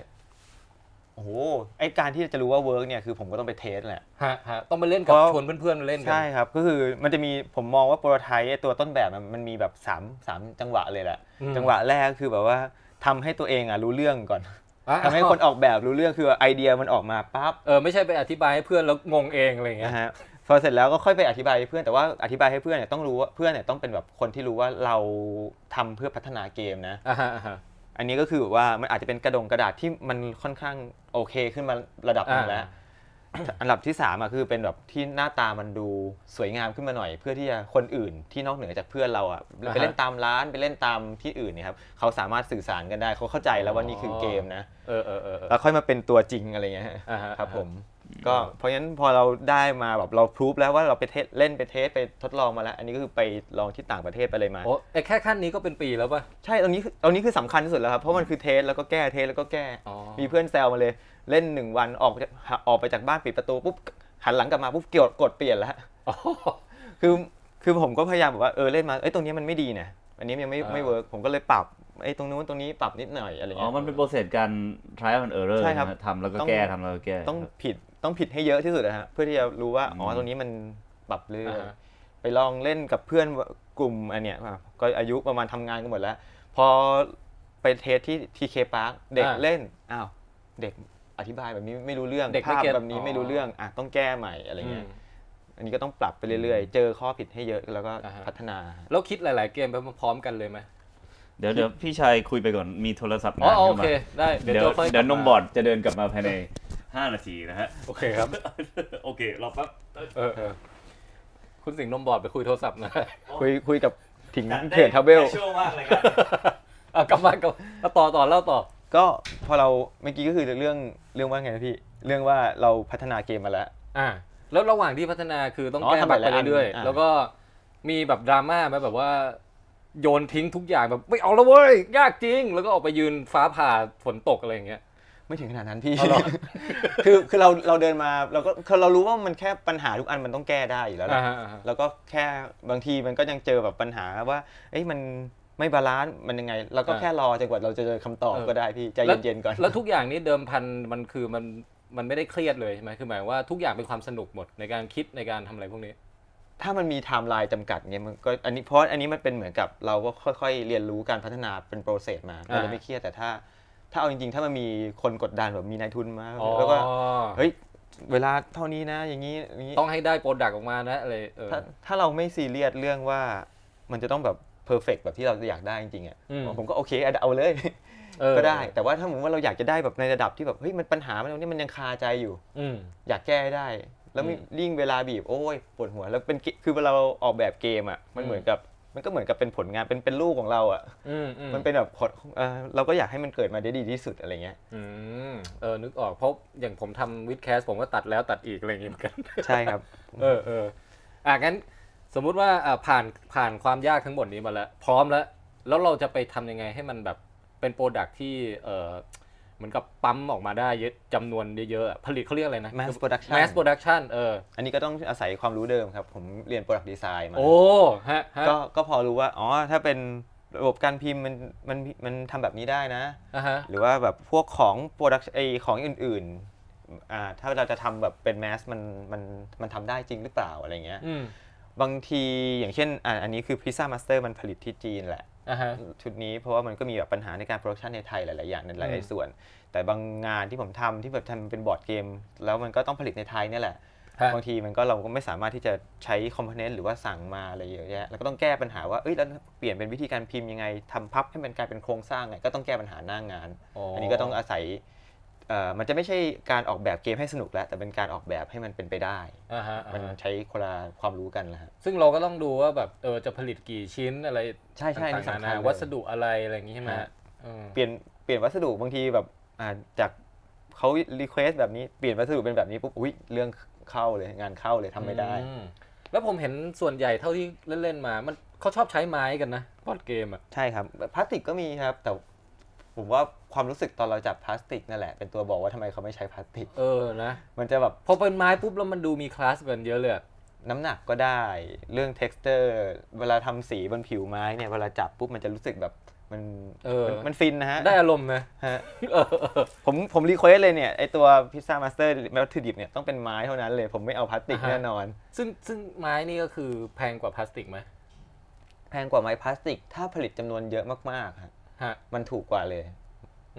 Speaker 3: โอ้โห ไอการที่จะรู้ว่าเวิร์กเนี่ยคือผมก็ต้องไปเทสแหละ
Speaker 1: ฮะฮะต้องไปเล่นกับ
Speaker 3: เพราะ
Speaker 1: ชวนเพื่อนๆมาเล่นกั
Speaker 3: ใช่ครับ ก็คือมันจะมีผมมองว่าโปรไทป์ตัวต้นแบบมันมันมีแบบ3ามสามจังหวะเลยแหละ จังหวะแรกคือแบบว่าทำให้ตัวเองอ่ะรู้เรื่องก่อน
Speaker 1: อ่ะ
Speaker 3: ทำให้คนออกแบบรู้เรื่องคือไอเดียมันออกมาปั๊บ
Speaker 1: เออไม่ใช่ไปอธิบายให้เพื่อนแล้วงงเองอะไรอย่างเงี้ย
Speaker 3: นะฮะพอเสร็จแล้วก็ค่อยไปอธิบายให้เพื่อนแต่ว่าอธิบายให้เพื่อนเนี่ยต้องรู้ว่าเพื่อนเนี่ยต้องเป็นแบบคนที่รู้ว่าเราทำเพื่อพัฒนาเกมนะ
Speaker 1: อ่าฮะอ่าฮะ
Speaker 3: อันนี้ก็คือแบบว่ามันอาจจะเป็นกระดงกระดาษที่มันค่อนข้างโอเคขึ้นมาระดับหนึงแล้ว อันดับที่สามอ่ะคือเป็นแบบที่หน้าตามันดูสวยงามขึ้นมาหน่อย เพื่อที่จะคนอื่นที่นอกเหนือจากเพื่อนเราอ่ะ
Speaker 1: อ่าฮะ
Speaker 3: ไปเล่นตามร้านไปเล่นตามที่อื่นเนี่ยครับเขาสามารถสื่อสารกันได้เขาเข้าใจแล้วว่านี่คือเกมนะ
Speaker 1: เออเออเออเออ
Speaker 3: แล้วค่อยมาเป็นตัวจริงอะไรเงี้ย
Speaker 1: อ่าฮะ
Speaker 3: ครับผมก็เพราะฉะนั้นพอเราได้มาแบบเราพรูฟแล้วว่าเราไปเทสเล่นไปเทสไปทดลองมาแล้ว อันนี้ก็คือไปลองที่ต่างประเทศไปเลยมา
Speaker 1: โอ้ไอ้แค่ขั้นนี้ก็เป็นปีแล้วป่ะ
Speaker 3: ใช่ตอนนี้คือตอนนี้คือสำคัญที่สุดแล้วครับ เพราะมันคือเทสแล้วก็แก้เทสแล้วก็แก้
Speaker 1: อ๋อ
Speaker 3: มีเพื่อนแซวมาเลยเล่นหนึ่งวันออกออกไปจากบ้านปิดประตูปุ๊บหันหลังกลับมาปุ๊บเกี่ยวกดเปลี่ยนแล้ว
Speaker 1: อ๋อ
Speaker 3: คือคือผมก็พยายามแบบว่าเออเล่นมาเอ้ยตรงนี้มันไม่ดีนะอันนี้มันยังไม่
Speaker 1: อ่า
Speaker 3: ไม่เวิร์กผมก็เลยปรับไอ้ตรงนู้นตรงนี้ปรับนิดหน่อยอะไร
Speaker 2: อ๋อ
Speaker 3: เงี้ย
Speaker 2: มันเป็นโปรเซสการ trial and error
Speaker 3: ใช่ครับ
Speaker 2: นะฮะทำแล้วก็
Speaker 3: ต้อง
Speaker 2: แก้ทำแล้วก็แก้
Speaker 3: ต้องผิดต้องผิดให้เยอะที่สุดนะฮะเพื่อที่จะรู้ว่าอ๋ออ
Speaker 2: ม
Speaker 3: ตรงนี้มันปรับเรื่อย
Speaker 1: อ่าฮะ
Speaker 3: ไปลองเล่นกับเพื่อนกลุ่มอันเนี้ยอ่ะก็อายุประมาณทำงานกันหมดแล้ว พอไปเทสที่ TK Park เด็กเล่นอ้าวเด็กอธิบายแบบนี้ไม่รู้เรื่อง
Speaker 1: เด็กไม่
Speaker 3: ภาพ
Speaker 1: เก็ต
Speaker 3: แบบนี้
Speaker 1: อ๋อ
Speaker 3: ไม่รู้เรื่องอ่ะต้องแก้ใหม่อะไรเงี้ยอันนี้ก็ต้องปรับไปเรื่อยๆ เจอข้อผิดให้เยอะแล้วก็
Speaker 1: อ่าฮะ
Speaker 3: พัฒนา
Speaker 1: แล้วคิดหลาย ๆ เกมไปพร้อมๆกันเลยไหม
Speaker 2: เดี๋ยวเดี๋ยวพี่ชายคุยไปก่อน มีโทรศัพ
Speaker 1: อ๋อง
Speaker 2: ท์าน
Speaker 1: อ๋อ
Speaker 2: เข้า
Speaker 1: โอ
Speaker 2: มา
Speaker 1: เค ได้
Speaker 2: เดี๋
Speaker 1: เดี๋
Speaker 2: ย
Speaker 1: ยว วค่อยก
Speaker 2: เดี๋ย
Speaker 1: ลับ
Speaker 2: วนมบอร์ดจะเดินกลับมาภายใน 5 นาทีนะฮะ
Speaker 1: โอเคครับ
Speaker 2: โอเค รอแป๊บ
Speaker 1: เออเออคุณสิงห์นมบอร์ดไปคุยโทร ศัพท์หนะ
Speaker 3: คุยคุยกับถิงเขียนทาเบล
Speaker 2: ช่วมากเลยครับ
Speaker 1: เอากลับมากลับมาต่อต่อเล่าต่อ
Speaker 3: ก็พอเราเมื่อกี้ก็คือเรื่องเรื่องว่าไงนะพี่เรื่องว่าเราพัฒนาเกมมาแล้ว
Speaker 1: อ่า แล้วระหว่างที่พัฒนาคือต้อง
Speaker 3: อ๋อ
Speaker 1: แก้
Speaker 3: ทำ
Speaker 1: บั
Speaker 3: บั
Speaker 1: ก
Speaker 3: ตร
Speaker 1: ไปเรื่อย
Speaker 3: หลายอัน
Speaker 1: ๆ
Speaker 3: อ่า
Speaker 1: แล้วก็มีแบบดราม่าไหมแบบว่า โยนทิ้งทุกอย่างแบบไม่เอาแล้วเว้ยยากจริง แล้วก็ออกไปยืนฟ้าผ่าฝนตกอะไรอย่างเงี้ย
Speaker 3: ไม่ถึงขนาดนั้นพี่
Speaker 1: เอาเหรอ
Speaker 3: คือคือเราเราเดินมาเราก็คือเรารู้ว่ามันแค่ปัญหาทุกอันมันต้องแก้ได้อยู่แล้วแห
Speaker 1: อ่า
Speaker 3: ละ
Speaker 1: ฮะอ่าฮะ
Speaker 3: แล้วก็แค่บางทีมันก็ยังเจอแบบปัญหาว่า เอ้ยมันไม่บาลานซ์มันยังไง เราก็
Speaker 1: อ่า
Speaker 3: แค่รอจนกว่าเราจะเจอคำตอบ
Speaker 1: เออ
Speaker 3: ก็ได้พี่ใจเย็นๆก่อน
Speaker 1: แล้วทุกอย่างนี้เดิมพันมันคือมันมันไม่ได้เครียดเลยใช่ไหมคือหมายว่าทุกอย่างเป็นความสนุกหมดในการคิดในการทำอะไรพวกนี้
Speaker 3: ถ้ามันมีไทม์ไลน์จำกัดเนี่ยมันก็อันนี้เพราะอันนี้มันเป็นเหมือนกับเราก็ค่อยๆ เรียนรู้การพัฒนาเป็นโปรเซสมาเรา
Speaker 1: อ่า
Speaker 3: จะไม่เครียดแต่ถ้า ถ้าเอาจริงๆ ถ้ามันมีคนกดดันแบบมีนายทุนมา
Speaker 1: อ๋อ
Speaker 3: แล้วก็เฮ้ยเวลาเท่านี้นะ อย่างนี้อย่างนี้
Speaker 1: ต้องให้ได้โปรดักต์ออกมานะอะไรเออ
Speaker 3: ถ้าถ้าเราไม่ซีเรียสเรื่องว่ามันจะต้องแบบเพอร์เฟกแบบที่เราอยากได้จริงๆอ่ะ
Speaker 1: อืม
Speaker 3: ผมก็โอเค อ่ะเอาเลย
Speaker 1: เออ
Speaker 3: ก็ได้ แต่ว่าถ้าผมติว่าเราอยากจะได้แบบในระดับที่แบบเฮ้ยมันปัญหามันตรงนี้มันยังคาใจอยู่
Speaker 1: อืม
Speaker 3: อยากแก้ให้ได้ แล้วมี
Speaker 1: อืม
Speaker 3: ยิ่งเวลาบีบโอ้ยปวดหัวแล้วเป็นเกคือเวลาเราออกแบบเกมอ่ะมัน
Speaker 1: อืม
Speaker 3: เหมือนกับมันก็เหมือนกับเป็นผลงานเป็นเป็นลูกของเราอ่ะ
Speaker 1: อืมอืม
Speaker 3: มันเป็นแบบขดเอ่อเราก็อยากให้มันเกิดมาได้ดีที่สุดอะไรเงี้ย
Speaker 1: อืมเออนึกออกเพราะอย่างผมทำวิดแคสผมก็ตัดแล้วตัดอีกอะไรอย่างเงี้ยเหมือนกัน
Speaker 3: ใช่ครับ
Speaker 1: เออเอออ่ะงั้นสมมุติว่าอ่ะผ่านผ่านความยากทั้งหมดนี้มาแล้ว พร้อมแล้ว แล้วเราจะไปทำยังไงให้มันแบบเป็นโปรดักที่เออเหมือนกับปั๊มออกมาได้เยอะจำนวนเยอะๆอ่ะผลิตเขาเรียกอะไรนะ
Speaker 3: mass production
Speaker 1: mass production เออ
Speaker 3: อันนี้ก็ต้องอาศัยความรู้เดิมครับ ผมเรียน product design มา
Speaker 1: โอ้ฮะฮะ
Speaker 3: ก็ก็พอรู้ว่า อ๋อ ถ้าเป็นระบบการพิมพ์มันมันมันทำแบบนี้ได้นะ
Speaker 1: อ่ะฮะ
Speaker 3: หรือว่าแบบพวกของโปรดักไอของอื่นๆอ่าถ้าเราจะทำแบบเป็นแมสมันมันมันทำได้จริงหรือเปล่าอะไรเงี้ย
Speaker 1: อืม
Speaker 3: บางทีอย่างเช่นอ่าอันนี้คือพิซซ่ามาสเตอร์มันผลิตที่จีนแหละ
Speaker 1: อ่ะฮะ
Speaker 3: ชุดนี้เพราะว่ามันก็มีแบบปัญหาในการโปรดักชันในไทยหลาย ๆ อย่างในห
Speaker 1: อื
Speaker 3: ลาย
Speaker 1: ม
Speaker 3: ๆ ส่วน แต่บางงานที่ผมทำที่แบบทำเป็นบอร์ดเกม แล้วมันก็ต้องผลิตในไทยเนี่ยแหละ
Speaker 1: ฮะ
Speaker 3: บางทีมันก็เราก็ไม่สามารถที่จะใช้คอมโพเนนต์หรือว่าสั่งมาอะไรเยอะแยะแล้วก็ต้องแก้ปัญหาว่าเอ้ยแล้วเปลี่ยนเป็นวิธีการพิมพ์ยังไงทำพับให้มันกลายเป็นโครงสร้างไงก็ต้องแก้ปัญหาหน้างงาน อันนี้ก็ต้องอาศัยเอ่อมันจะไม่ใช่การออกแบบเกมให้สนุกแล้ว แต่เป็นการออกแบบให้มันเป็นไปได้
Speaker 1: อ่ะฮะ
Speaker 3: มั
Speaker 1: อ่ะ
Speaker 3: น
Speaker 1: ฮะ
Speaker 3: ใช้คนละความรู้กันนะฮะ
Speaker 1: ซึ่งเราก็ต้องดูว่าแบบเออจะผลิตกี่ชิ้นอะไร
Speaker 3: ใช่ใช่อันนี้
Speaker 1: ต่างๆนา
Speaker 3: สำคัญ
Speaker 1: นา
Speaker 3: เลย
Speaker 1: วัสดุอะไรอะไรอย่างงี้ใช่ไหมฮะ
Speaker 3: ฮะ
Speaker 1: เออ
Speaker 3: เปลี่ยนเปลี่ยนวัสดุบางทีแบบอ่าจากเขารีเควสแบบนี้เปลี่ยนวัสดุเป็นแบบนี้ปุ๊บอุ้ยเรื่องเข้าเลยงานเข้าเลยทำไม่ได้
Speaker 1: อืมแล้วผมเห็นส่วนใหญ่เท่าที่เล่น ๆ มา มันเขาชอบใช้ไม้กันนะบอร์ดเกมอ่ะ
Speaker 3: ใช่ครับพลาสติกก็มีครับ แต่ผมว่าความรู้สึกตอนเราจับพลาสติกนั่นแหละ เป็นตัวบอกว่าทำไมเขาไม่ใช้พลาสติก
Speaker 1: เออนะ
Speaker 3: มันจะแบบ
Speaker 1: พอเป็นไม้ปุ๊บ แล้วมันดูมีคลาสกันเยอะเลยอะ
Speaker 3: น้ำหนักก็ได้ เรื่อง t e x t อร์เวลาทำสีบนผิวไม้เนี่ย เวลาจับปุ๊บมันจะรู้สึกแบบมัน
Speaker 1: เออ
Speaker 3: มันมันฟินนะฮะ
Speaker 1: ได้อารมณ์นะ
Speaker 3: ฮะ
Speaker 1: เออเออ
Speaker 3: ผมผมรีเควสเลยเนี่ย ไอตัวพิซซ่ามาสเตอร์แมทดิบเนี่ย ต้องเป็นไม้เท่านั้นเลย ผมไม่เอาพลาสติก
Speaker 1: อ่าฮะ
Speaker 3: แน่นอน
Speaker 1: ซึ่งซึ่งไม้นี่ก็คือแพงกว่าพลาสติกไหม
Speaker 3: แพงกว่าไม้พลาสติก ถ้าผลิตจำนวนเยอะมากๆฮะ
Speaker 1: ฮะ
Speaker 3: มันถูกกว่าเลย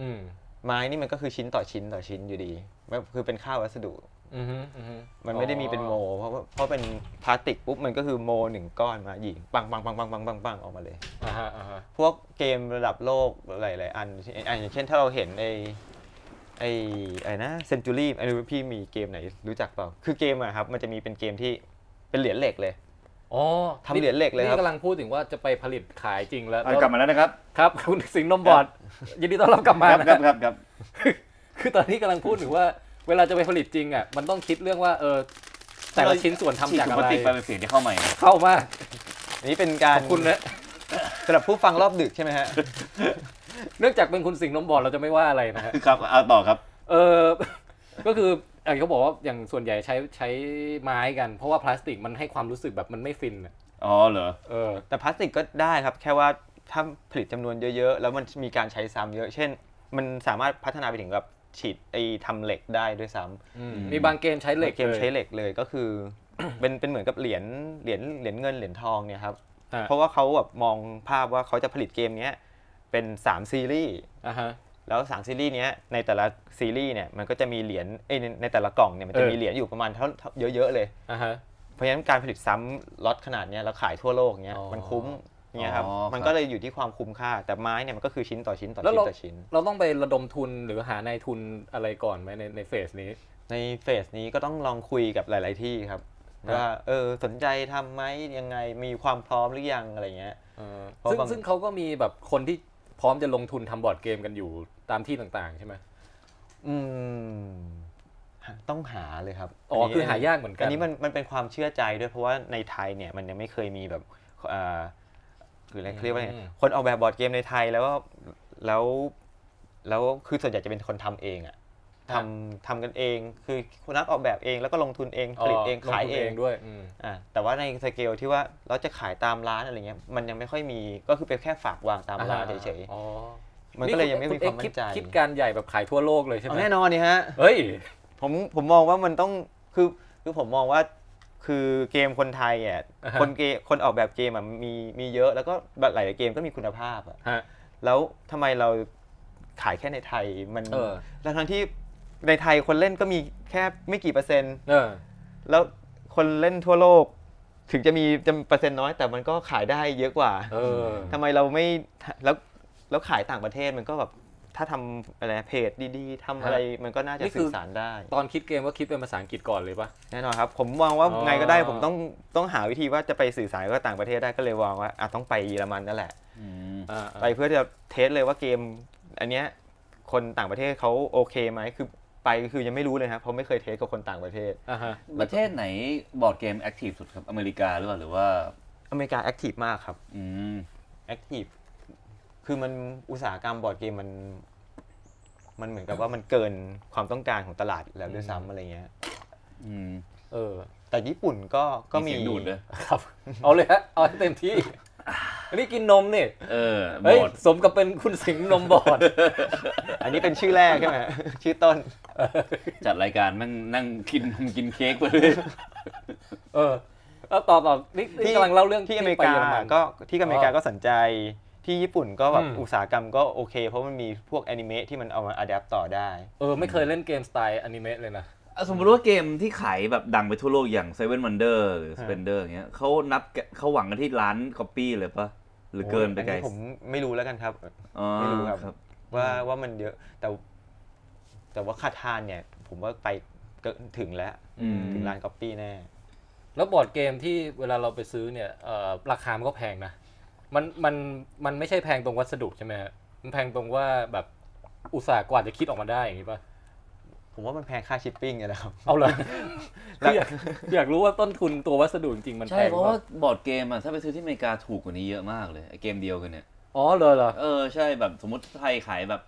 Speaker 1: อืม
Speaker 3: ไม้นี่มันก็คือชิ้นต่อชิ้นต่อชิ้นอยู่ดีมันคือเป็นค่าวัสดุ
Speaker 1: อืมฮึอืมฮึ
Speaker 3: มันไม่ได้มีเป็นโม
Speaker 1: อ๋อ
Speaker 3: เพราะว่าเพราะเป็นพลาสติกปุ๊บมันก็คือโมหนึ่งก้อนมาหยิงปังปังปังปังปังปังปังออกมาเลย
Speaker 1: อ่าฮะอ่าฮะ
Speaker 3: พวกเกมระดับโลกหลายๆอันที่อ่ะอย่างเช่นถ้าเราเห็นไอ ไอไอ้นะเซนจูรี่ไอ้รู้พี่มีเกมไหนรู้จักเปล่า คือเกมอะครับ มันจะมีเป็นเกมที่เป็นเหรียญเหล็กเลย
Speaker 1: อ๋อ
Speaker 3: ทำเหรียญเหล็กเลยครับ
Speaker 1: นี่กำลังพูดถึงว่าจะไปผลิตขายจริงแล้ว
Speaker 2: อ่ะกลับมาแล้วนะครับ
Speaker 1: ครับ คุณสิงห์นมบอดยินดีต้อนรับกลับมา
Speaker 2: ครับ
Speaker 1: นะ
Speaker 2: ครับครับครับ
Speaker 1: คือตอนนี้กำลังพูดถึงว่าเวลาจะไปผลิตจริงอ่ะมันต้องคิดเรื่องว่าเออแต่ละชิ้นส่วนทำจาก
Speaker 2: ฉี
Speaker 1: อะ
Speaker 2: ถุงพล
Speaker 1: ไร
Speaker 2: ติกไปเป็นเสียงที่เข้าใหม่
Speaker 1: เข้ามาก
Speaker 3: อันนี้เป็นการ
Speaker 1: ขอบคุณนะ
Speaker 3: สำหรับผู้ฟังรอบดึกใช่ไหมฮะ
Speaker 1: เนื่องจากเป็นคุณสิงห์นมบอดเราจะไม่ว่าอะไรนะฮะ
Speaker 2: ครับเอาต่อครับ
Speaker 1: เออ ก็คืออย่างที่เขาบอกว่าอย่างส่วนใหญ่ใช้ใช้ไม้กัน เพราะว่าพลาสติกมันให้ความรู้สึกแบบมันไม่ฟินอะ
Speaker 2: อ๋อเหรอ
Speaker 1: เออ
Speaker 3: แต่พลาสติกก็ได้ครับ แค่ว่าถ้าผลิตจำนวนเยอะ ๆ แล้วมันมีการใช้ซ้ำเยอะ เช่น มันสามารถพัฒนาไปถึงแบบฉีดไอ้ทำเหล็กได้ด้วยซ้ำ
Speaker 1: อืมมีบางเกมใช้เหล็ก
Speaker 3: เกม
Speaker 1: ลย
Speaker 3: ใช้เหล็กเลยก็คือ เป็นเป็นเหมือนกับเหรียญเหรียญเหรียญเงินเหรียญทองเนี่ยครับ
Speaker 1: อ่ะ
Speaker 3: เพราะว่าเขาแบบมองภาพว่าเขาจะผลิตเกมเนี้ยเป็น 3 ซีรีส์
Speaker 1: อ่ะฮะ
Speaker 3: แล้ว 3 ซีรีส์เนี้ยในแต่ละซีรีส์เนี่ยมันก็จะมีเหรียญเอ้ยในในแต่ละกล่องเนี่ยมันจะ
Speaker 1: เออ
Speaker 3: มีเหรียญอยู่ประมาณเท่าเท่าเยอะๆเลย
Speaker 1: อ่ะฮะ
Speaker 3: เพราะฉะนั้นการผลิตซ้ำล็อตขนาดเนี้ยแล้วขายทั่วโลกเนี้ย
Speaker 1: อ๋อ
Speaker 3: มันคุ้มเนี่ยครับ
Speaker 2: อ๋อครับ
Speaker 3: มันก็เลยอยู่ที่ความคุ้มค่า แต่ไม้เนี่ยมันก็คือชิ้นต่อชิ้นต่อ
Speaker 1: แล้ว
Speaker 3: ชิ้
Speaker 1: เรา
Speaker 3: นต่อชิ้น
Speaker 1: เราต้องไประดมทุนหรือหานายทุนอะไรก่อนไหมในในเฟสนี้
Speaker 3: ในเฟสนี้ก็ต้องลองคุยกับหลาย ๆ ที่ครับ
Speaker 1: ครับ
Speaker 3: ว่าเออสนใจทำไหมยังไงมีความพร้อมหรือยังอะไรเงี้ย
Speaker 1: เออ
Speaker 3: เพราะ
Speaker 1: ซึ่ง
Speaker 3: บาง
Speaker 1: ซึ่งเขาก็มีแบบคนที่พร้อมจะลงทุนทำบอร์ดเกมกันอยู่ตามที่ต่างๆใช่ไหม
Speaker 3: อืมหาต้องหาเลยครับ
Speaker 1: อ๋ออัคือหายากเหมือนกัน
Speaker 3: อันนี้มันมันเป็นความเชื่อใจด้วยเพราะว่าในไทยเนี่ยมันยังไม่เคยมีแบบเอ่อคืออะไรเขาเรียกว่าอะไร
Speaker 1: อืม
Speaker 3: คนออกแบบบอร์ดเกมในไทยแล้วก็แล้วแล้วคือส่วนใหญ่จะเป็นคนทำเองอะทำทำกันเอง คือคนนักออกแบบเองแล้วก็ลงทุนเองผลิตเองขาย
Speaker 1: ลทุน
Speaker 3: เอง
Speaker 1: ด้วยอืม
Speaker 3: อ่ะแต่ว่าในสเกลที่ว่าเราจะขายตามร้านอะไรเงี้ยมันยังไม่ค่อยมีก็คือเป็นแค่ฝากวางตามร้านเฉย
Speaker 1: อ๋อ
Speaker 3: ๆมันก็เลยยังไม่มีความมั่นใจ
Speaker 1: ณเอกดคิดการใหญ่แบบขายทั่วโลกเลยใช่ไหม
Speaker 3: เอาแน่นอนนี่ฮะ
Speaker 1: เฮ้ย
Speaker 3: ผมผมมองว่ามันต้องคือคือผมมองว่าคือเกมคนไทยอ่ะ
Speaker 1: อ่าฮะ
Speaker 3: คนเกมคนออกแบบเกมอ่ะมีมีเยอะแล้วก็หลายๆเกมก็มีคุณภาพอ่ะ
Speaker 1: ฮะ
Speaker 3: แล้วทำไมเราขายแค่ในไทยมัน
Speaker 1: เออ
Speaker 3: แล้วทั้งที่ในไทยคนเล่นก็มีแค่ไม่กี่เปอร์เซ็นต์
Speaker 1: เออ
Speaker 3: แล้วคนเล่นทั่วโลก ถึงจะมีจำเปอร์เซ็นต์น้อยแต่มันก็ขายได้เยอะกว่า
Speaker 1: เออ
Speaker 3: ทำไมเราไม่แล้วแล้วขายต่างประเทศมันก็แบบถ้าทำอะไรเพจดีๆทำอะไรมันก็น่าจะ
Speaker 1: นี่คื
Speaker 3: สื่
Speaker 1: อ
Speaker 3: อสารได้
Speaker 1: ตอนคิดเกมว่าคิดเป็นภาษาอังกฤษก่อนเลยปะ
Speaker 3: แน่นอนครับ ผมมองว่า
Speaker 1: อ๋อ
Speaker 3: ไงก็ได้ผมต้องต้องหาวิธีว่าจะไปสื่อสารกับต่างประเทศได้ก็เลยวางว่าอ่ะต้องไปเยอรมันนั่นแหละ
Speaker 2: อืม
Speaker 1: อ่า
Speaker 3: ไปเพื่อจะเทสเลยว่าเกม อันเนี้ยคนต่างประเทศเขาโอเคไหมคือไปคือยังไม่รู้เลยครับเพราะไม่เคยเทสกับคนต่างประเทศ
Speaker 1: อ่าฮะ
Speaker 2: ประเทศไหนบอร์ดเกมแอคทีฟสุดครับ อเมริกาหรือเปล่าหรือว่า
Speaker 3: อเมริกาแอคทีฟมากครับ
Speaker 2: อืม
Speaker 3: แอคทีฟคือมันอุตสาหกรรมบอร์ดเกมมัน มันเหมือนกับว่ามันเกินความต้องการของตลาดแล้วด้วยซ้ำอะไรเงี้ย
Speaker 2: อืม
Speaker 1: เออ
Speaker 3: แต่ญี่ปุ่นก็ก็มี
Speaker 2: เสียงดูดเลย
Speaker 1: ครับ เอาเลยฮะ เอาให้เต็มที่ อันนี้กินนมนี่
Speaker 2: เออ
Speaker 1: เฮ้ย
Speaker 2: บอร์ด
Speaker 1: สมกับเป็นคุณสิงห์นมบอด
Speaker 3: อันนี้เป็นชื่อแรกใช่ไหม ชื่อต้น
Speaker 2: จัดรายการแม่งนั่งกินนมกินเค้กไปเลย
Speaker 1: เออแล้วต่อต่อนี่นี่กำลังเล่าเรื่อง
Speaker 3: ที่อเมริ
Speaker 1: ไป
Speaker 3: กา
Speaker 1: เยอรมัน
Speaker 3: ก็ที่อเมริกาก็สนใจที่ญี่ปุ่นก็แบบ
Speaker 1: อืม
Speaker 3: อุตสาหกรรมก็โอเค เพราะมันมีพวกแอนิเมะที่มันเอามาอัดแอปต่อได้
Speaker 1: เออไม่เคยเล่นเกมสไตล์อนิเมะเลยนะ
Speaker 2: อ่ะสมมติว่าเกมที่ขายแบบดังไปทั่วโลกอย่าง Seven Wonder หรือ
Speaker 3: ฮะ
Speaker 2: Spender อย่างเงี้ยเขานับเขาหวังกันที่ร้านคอปปี้เลยปะหรือเกินไปไกล
Speaker 3: อัผมไม่รู้แล้วกันครับ
Speaker 2: อ๋อ
Speaker 3: ไม่รู้ครับ
Speaker 2: ครับ
Speaker 3: ว่าว่ามันเยอะแต่ แต่ว่าคาทานเนี่ย ผมว่าไปเกินถึงแล้ว
Speaker 2: อืม
Speaker 3: ถึงร้านก๊อปปี้แน่
Speaker 1: แล้วบอร์ดเกมที่เวลาเราไปซื้อเนี่ยเอ่อราคามันก็แพงนะ มันมันมันไม่ใช่แพงตรงวัสดุใช่ไหมฮะมันแพงตรงว่าแบบอุตสาหกว่าจะคิดออกมาได้อย่างนี้ป่ะ
Speaker 3: ผมว่ามันแพงค่าชิปปิ้งเนี่ยแหละครับ
Speaker 1: เอาเลยคืออยากอยากรู้ว่าต้นทุนตัววัสดุจริงๆมัน
Speaker 2: ใช่
Speaker 1: แพง
Speaker 2: เพราะว่าบอร์ดเกมอะถ้าไปซื้อที่อเมริกาถูกกว่านี้เยอะมากเลยไอ้เกมเดียวกันเนี่ย
Speaker 1: อ๋อเลยเหรอ
Speaker 2: เออใช่แบบสมมติไทยขายแบบ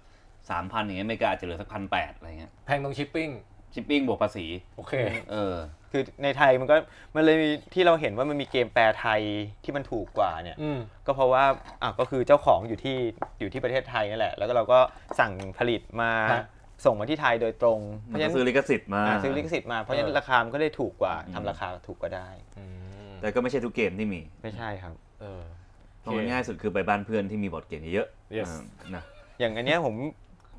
Speaker 2: สามพันอย่างเงี้ยอเมริกาอาจจะเหลือสักพันแปดอะไรเงี้ย
Speaker 1: แพงตรงชิปปิ้ง
Speaker 2: ชิปปิ้งบวกภาษี
Speaker 1: โอเค
Speaker 2: เออ
Speaker 3: คือในไทยมันก็มันเลยมีที่เราเห็นว่ามันมีเกมแปลไทยที่มันถูกกว่าเนี่ย
Speaker 1: อืม
Speaker 3: ก็เพราะว่าอ่ะก็คือเจ้าของอยู่ที่อยู่ที่ประเทศไทยนั่นแหละ แล้วก็เราก็สั่งผลิตมา
Speaker 1: ฮะ
Speaker 3: ส่งมาที่ไทยโดยตรง เพ
Speaker 2: มัน
Speaker 3: ราะฉะ
Speaker 2: ก็
Speaker 3: นั้น
Speaker 2: ซื้อลิขสิทธิ์มา
Speaker 3: อ่ะซื้อลิขสิทธิ์มา เพราะฉะนั้นราคามันก็ได้ถูกกว่าทำราคาถูกกว่าได้
Speaker 1: อืม
Speaker 2: แต่ก็ไม่ใช่ทุกเกมที่มี
Speaker 3: ไม่ใช่ครับ
Speaker 1: เออ
Speaker 2: เพราะมันง่ายสุดคือไปบ้านเพื่อนที่มีบอร์ดเกมเยอะ
Speaker 1: Yes
Speaker 2: อ่านะ
Speaker 3: อย่างอันเนี้ยผม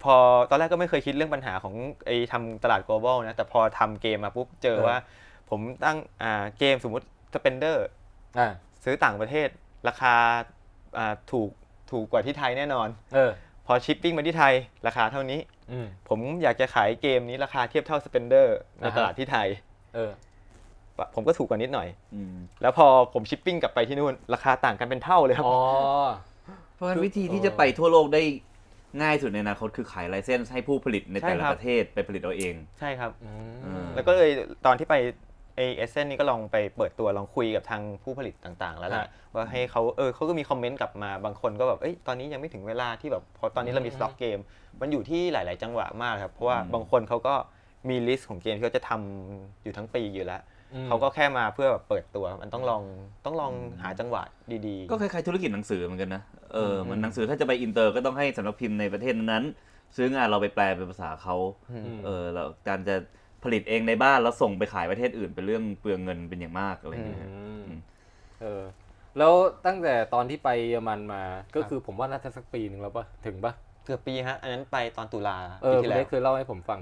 Speaker 3: พอตอนแรกก็ไม่เคยคิดเรื่องปัญหาของไอ้ทำตลาด global นะ แต่พอทำเกมมาปุ๊บเจอ
Speaker 1: เออ
Speaker 3: ว่า ผมตั้งอ่าเกมสมมุติ spender
Speaker 1: อ่ะ
Speaker 3: ซื้อต่างประเทศราคาอ่าถูกถูกกว่าที่ไทยแน่นอน
Speaker 1: เออ
Speaker 3: พอชิปปิ้งมาที่ไทยราคาเท่านี้
Speaker 1: อืม
Speaker 3: ผมอยากจะขายเกมนี้ราคาเทียบเท่า Spender ใน
Speaker 1: อ่าฮะ
Speaker 3: ตลาดที่ไทย
Speaker 1: เออ
Speaker 3: ผมก็ถูกกว่านิดหน่อย
Speaker 2: อืม
Speaker 3: แล้วพอผมชิปปิ้งกลับไปที่นู่น ราคาต่างกันเป็นเท่าเลยครับ
Speaker 1: อ๋อ
Speaker 2: เพราะฉะนั้นวิธีที่จะไปทั่วโลกได้ง่ายสุดในอนาคตคือขายไลเซนส์ให้ผู้ผลิตในแต่ละประเทศไปผลิตเอาเอง
Speaker 3: ใช่ครับ
Speaker 2: อืม
Speaker 3: แล้วก็เลยตอนที่ไปเอเซนนี่ก็ลองไปเปิดตัวลองคุยกับทางผู้ผลิตต่างๆ แล้วล่ะ
Speaker 2: ฮะ
Speaker 3: ว่าให้เขาเออเขาก็มีคอมเมนต์กลับมาบางคนก็แบบเอ้ยตอนนี้ยังไม่ถึงเวลาที่แบบเพราะตอนนี้เรามีสต็อกเกม มันอยู่ที่หลาย ๆ จังหวะมากครับ เพราะว่าบางคนเขาก็มีลิสต์ของเกมที่เขาจะทำอยู่ทั้งปีอยู่แล้ว
Speaker 1: อืม
Speaker 3: เขาก็แค่มาเพื่อแบบเปิดตัวมันต้องลองต้องลองหาจังหวะดีๆ
Speaker 2: ก็คล้ายๆธุรกิจหนังสือเหมือนกันนะ เออเหมันหนังสือถ้าจะไปอินเตอร์ก็ต้องให้สำนักพิมพ์ในประเทศนั้นๆซื้องานเราไปแปลเป็นภาษาเขาเออแล้วการจะผลิตเองในบ้านแล้วส่งไปขายประเทศอื่นเป็นเรื่องเปลืองเงินเป็นอย่างมากอะไรอย่างเงี้ย ม
Speaker 1: เออ แล้วตั้งแต่ตอนที่ไปเยอรมันมา ก็คือผมว่าน่าจะสักปีหนึ่งแล้วปะถึงปะ
Speaker 3: เกือบปีฮะ อันนั้นไปตอนตุลา
Speaker 1: เอ
Speaker 3: ปี
Speaker 1: อคุณ
Speaker 3: ที่แล้ว
Speaker 1: เล็กเคยเล่าให้ผมฟัง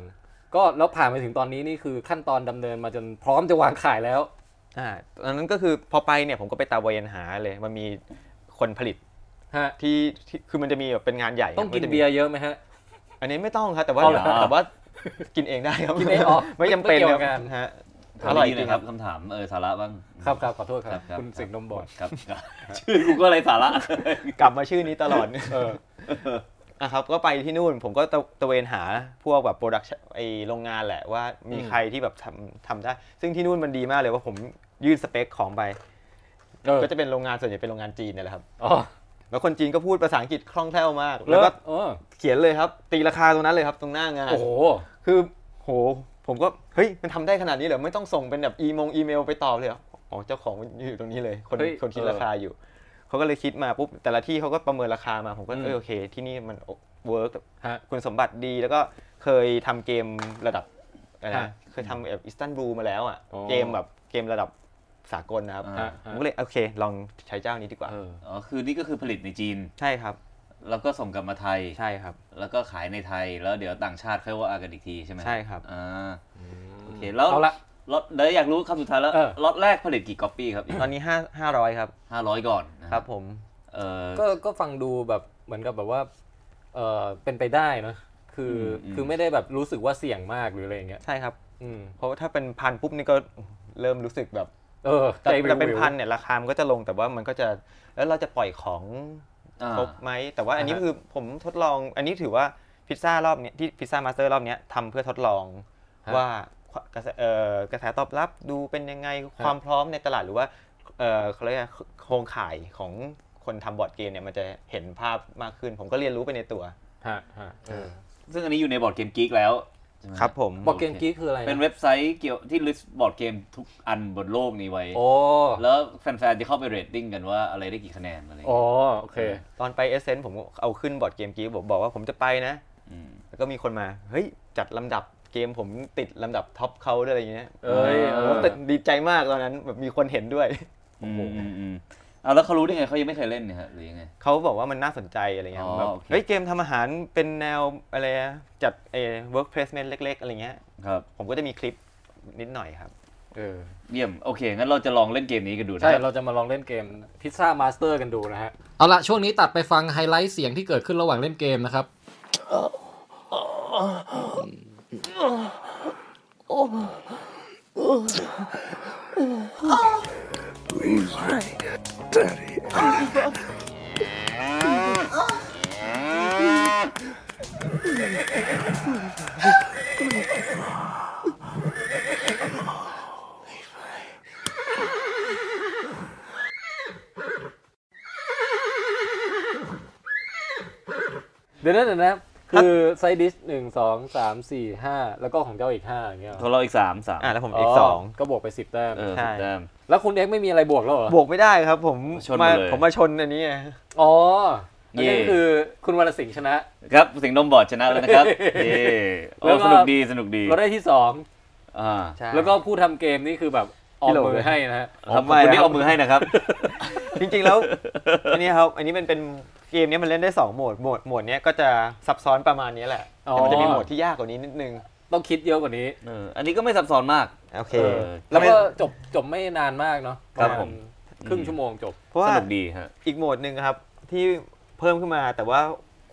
Speaker 1: ก็แล้วผ่านไปถึงตอนนี้นี่คือขั้นตอนดำเนินมาจนพร้อมจะวางขายแล้ว
Speaker 3: อ่าตอนนั้นก็คือพอไปเนี่ยผมก็ไปตาเวนหาเลย มันมีคนผลิต
Speaker 1: ฮะ
Speaker 3: ที่ที่คือมันจะมีแบบเป็นงานใหญ่
Speaker 1: ต้องกิน
Speaker 3: มัจะมี
Speaker 1: เบียร์เยอะไหมฮะ
Speaker 3: อันนี้ไม่ต้องครับ แต่ว่า
Speaker 1: เอาเหรอ
Speaker 3: แต่ว่ากินเองได้ครับ
Speaker 1: กินเองอ๋อ
Speaker 3: ไม่จำเป็น
Speaker 1: ไม่เกี่ยวกับ
Speaker 3: ค
Speaker 1: งา
Speaker 3: รั
Speaker 1: น
Speaker 3: บฮะ
Speaker 2: ถาม
Speaker 3: อร่อย
Speaker 2: ดี
Speaker 3: จริ
Speaker 2: นะ
Speaker 3: ง
Speaker 2: ค
Speaker 3: ค
Speaker 2: รั
Speaker 3: รั
Speaker 2: บบ คำถามเออสาระบ้าง
Speaker 1: ครับครับขอโทษครับ
Speaker 2: รับ
Speaker 1: คุณเสิงนมบอด
Speaker 2: ครับครับ ชื่อกูก็อะไรสาระ
Speaker 3: กลับมาชื่อนี้ตลอด
Speaker 1: เออ
Speaker 3: อ่ะครับ ก็ไปที่นู่นผมก็ตะตะเวนหาพวกแบบโปรดักชั่นไอโรงงานแหละว่ามีใครที่แบบทำทำได้ ซึ่งที่นู่นมันดีมากเลยว่าผมยื่นสเปคของไป
Speaker 1: เออ
Speaker 3: ก็จะเป็นโรงงานส่วนใหญ่เป็นโรงงานจีนเนี่ยแหละครับ
Speaker 1: อ๋อ
Speaker 3: แล้วคนจีนก็พูดภาษาอังกฤษคล่องแคล่วมาก
Speaker 1: แล้
Speaker 3: แล้ว วก็
Speaker 1: เออ
Speaker 3: เขียนเลยครับ ตีราคาตรงนั้นเลยครับตรงหน้างาน
Speaker 1: โอ้โห
Speaker 3: คือโห ผมก็เฮ้ยมันทำได้ขนาดนี้เหรอไม่ต้องส่งเป็นแบบอีมงอีเมลไปตอบเลยเหรออ๋อเจ้าของมันอยู่ตรงนี้เลย คน
Speaker 1: เฮ้ย
Speaker 3: คนคิด
Speaker 1: เออ
Speaker 3: ราคาอยู่เขาก็เลยคิดมาปุ๊บแต่ละที่เขาก็ประเมินราคามาผมก็
Speaker 1: อืม
Speaker 3: เออโอเค ที่นี่มันเวิร์ก
Speaker 1: ฮะ
Speaker 3: คุณสมบัติดีแล้วก็เคยทำเกมระดับอะไรนะ
Speaker 1: ฮะ
Speaker 3: เคยทำแบบอิสตันบูลมาแล้วอ่ะ
Speaker 1: อ๋อ
Speaker 3: เกมแบบเกมระดับสากลนะครับ
Speaker 2: อ่า
Speaker 1: ฮะ
Speaker 3: ผมก็เลยโอเค ลองใช้เจ้านี้ดีกว่า
Speaker 1: เออ
Speaker 2: อ๋อคือนี่ก็คือผลิตในจีน
Speaker 3: ใช่ครับ
Speaker 2: แล้วก็ส่งกลับมาไทย
Speaker 3: ใช่ครับ
Speaker 2: แล้วก็ขายในไทยแล้วเดี๋ยวต่างชาติค่อยว่ากันอีกทีใช่ไหม
Speaker 3: ใช่ครับ
Speaker 2: อ่าโอเคแล้ว
Speaker 1: เอาละ
Speaker 2: ล็อตเดี๋ยวอยากรู้คำสุดท้ายแล้ว
Speaker 1: เออ
Speaker 2: ล็อตแรกผลิตกี่ก๊อปปี้ครับ
Speaker 3: ตอนนี้ห้าห้าร้อยครับ
Speaker 2: ห้าร้อยก่อนนะครับ
Speaker 3: ผม
Speaker 2: เออ
Speaker 1: ก็ก็ฟังดูแบบเหมือนกับแบบว่า เออเป็นไปได้เนอะคืออ
Speaker 2: ม
Speaker 1: คือไม่ได้แบบรู้สึกว่าเสี่ยงมากหรืออะไรอย่างเงี้ย
Speaker 3: ใช่ครับ
Speaker 1: อืม
Speaker 3: เพราะว่าถ้าเป็นพันปุ๊บนี่ก็เริ่มรู้สึกแบบ
Speaker 1: เออ
Speaker 3: แต่
Speaker 1: ใจวิว
Speaker 3: แต่เป็น
Speaker 1: วิว
Speaker 3: พันเนี่ยราคามันก็จะลงแต่ว่ามันก็จะแล้วเราจะปล่อยของ
Speaker 2: อ่า
Speaker 3: ครบไหมแต่ว่าอันนี้
Speaker 1: อ่าฮะ
Speaker 3: คือผมทดลอง อันนี้ถือว่าพิซซ่ารอบเนี้ยที่พิซซ่ามาสเตอร์รอบเนี้ยทำเพื่อทดลองว่ากระแสเอ่อกระแสตอบรับดูเป็นยังไงความพร้อมในตลาดหรือว่าเอ่อเขาเรียกอะไรโครงข่ายของคนทำบอร์ดเกมเนี่ยมันจะเห็นภาพมากขึ้น ผมก็เรียนรู้ไปในตัว
Speaker 1: ฮะฮะเออ
Speaker 2: ซึ่งอันนี้อยู่ในบอร์ดเกมกีกแล้วใช่ไห
Speaker 3: ครับผม
Speaker 1: บอกเกมกี้คืออะไระ
Speaker 2: เป็นเว็บไซต์เกี่ยวที่ list บอร์ดเกมทุกอันบนโลกนี้ไว้
Speaker 1: โอ้
Speaker 2: แล้วแฟนๆจะเข้าไปเรตติ้งกันว่าอะไรได้กี่คะแนนอะไรอย่าง
Speaker 1: โอ้
Speaker 2: เงี้ย
Speaker 1: โอเค
Speaker 3: ตอนไปเอเซนผมก็เอาขึ้นบอร์ดเกมกี้บอกบอกว่าผมจะไปนะ
Speaker 2: ม
Speaker 3: แล้วก็มีคนมาเฮ้ยจัดลำดับเกมผมติดลำดับท็อปเขาด้วยอะไรอย่างเงี้ย
Speaker 1: เอ้ยเออ
Speaker 3: ผมติดดีใจมากตอนนั้นแบบมีคนเห็นด้วย
Speaker 2: อืมอืมอืมเอาแล้วเขารู้ได้ไงเขายังไม่เคยเล่นเนี่ยฮะหรือยังไง
Speaker 3: เขาบอกว่ามันน่าสนใจอะไรเงี้ย
Speaker 2: อ๋อ
Speaker 3: แบบ
Speaker 2: โอเค
Speaker 3: เฮ้ยเกมทำอาหารเป็นแนวอะไรอะจัดเอเวิร์กเพลสเมนต์เล็ก ๆ อะไรเงี้ย
Speaker 2: ครับ
Speaker 3: ผมก็จะมีคลิปนิดหน่อยครับ
Speaker 1: เออ
Speaker 2: เยี่ยม โอเค งั้นเราจะลองเล่นเกมนี้กันดูนะ
Speaker 1: ใช่
Speaker 2: ครับ
Speaker 1: เราจะมาลองเล่นเกมพิซซ่ามาสเตอร์กันดูนะฮะ เอาละช่วงนี้ตัดไปฟังไฮไลท์เสียงที่เกิดขึ้นระหว่างเล่นเกมนะครับ
Speaker 4: He's right, Daddy.
Speaker 1: เดี๋ยวนะเดี๋ยวนะคือไซดิสหนึ่งสองสามสี่ห้าแล้วก็ของเจ้าอีกห้าอย่างเงี้ยเหร
Speaker 2: ของเราอีกสามสาม
Speaker 3: อ่ะแล้วผมอีกสอง
Speaker 1: ก็บวกไปสิบแต้ม
Speaker 2: เออ
Speaker 3: ใช่
Speaker 2: แต้ม
Speaker 1: แล้วคุณเอ็กไม่มีอะไรบวกแล้วเหรอบ
Speaker 3: วกไม่ได้ครับ ผม
Speaker 2: ชนห
Speaker 3: มา
Speaker 2: มดเลย
Speaker 3: ผมมาชนอันนี้ไง
Speaker 1: อ๋อ
Speaker 2: เย่
Speaker 1: นี่คือคุณวรสิงห์ชนะ
Speaker 2: ครับสิงห์นมบอดชนะแล้วนะครับ เย้โอ้
Speaker 1: แล้วก็
Speaker 2: สนุกดีสนุกดี
Speaker 1: เราได้ที่สอง
Speaker 2: อ่า
Speaker 3: ใช่
Speaker 1: แล้วก็ผู้ทำเกมนี่คือแบบออ
Speaker 3: พี่
Speaker 1: ก
Speaker 3: โหล
Speaker 1: มือให้นะฮะ
Speaker 2: ครับข
Speaker 3: ทำไม
Speaker 2: อบคุณ
Speaker 3: อะ
Speaker 2: ที่
Speaker 3: ครับ
Speaker 2: เอามือให้นะครับ
Speaker 3: จริงๆแล้ว อันนี้ครับ อันนี้มันเป็นเกมเนี้ยมันเล่นได้สองโหมดโหมดโหมดเนี้ยก็จะซับซ้อนประมาณนี้แหละ
Speaker 1: อ๋อ
Speaker 3: แต่มันจะมีโหมดที่ยากกว่านี้นิดนึง
Speaker 1: ต้องคิดเยอะกว่านี้
Speaker 2: เอออันนี้ก็ไม่ซับซ้อนมาก
Speaker 3: โอเค
Speaker 1: เออแล้วก็จบจบไม่นานมากเนาะ
Speaker 2: ครับ
Speaker 1: ปะาณ
Speaker 2: ผม
Speaker 1: ครึ่งชั่วโมงจบ
Speaker 3: เพราะว่า
Speaker 2: สนุกดีฮะ
Speaker 3: อีกโหมดหนึ่งครับที่เพิ่มขึ้นมาแต่ว่า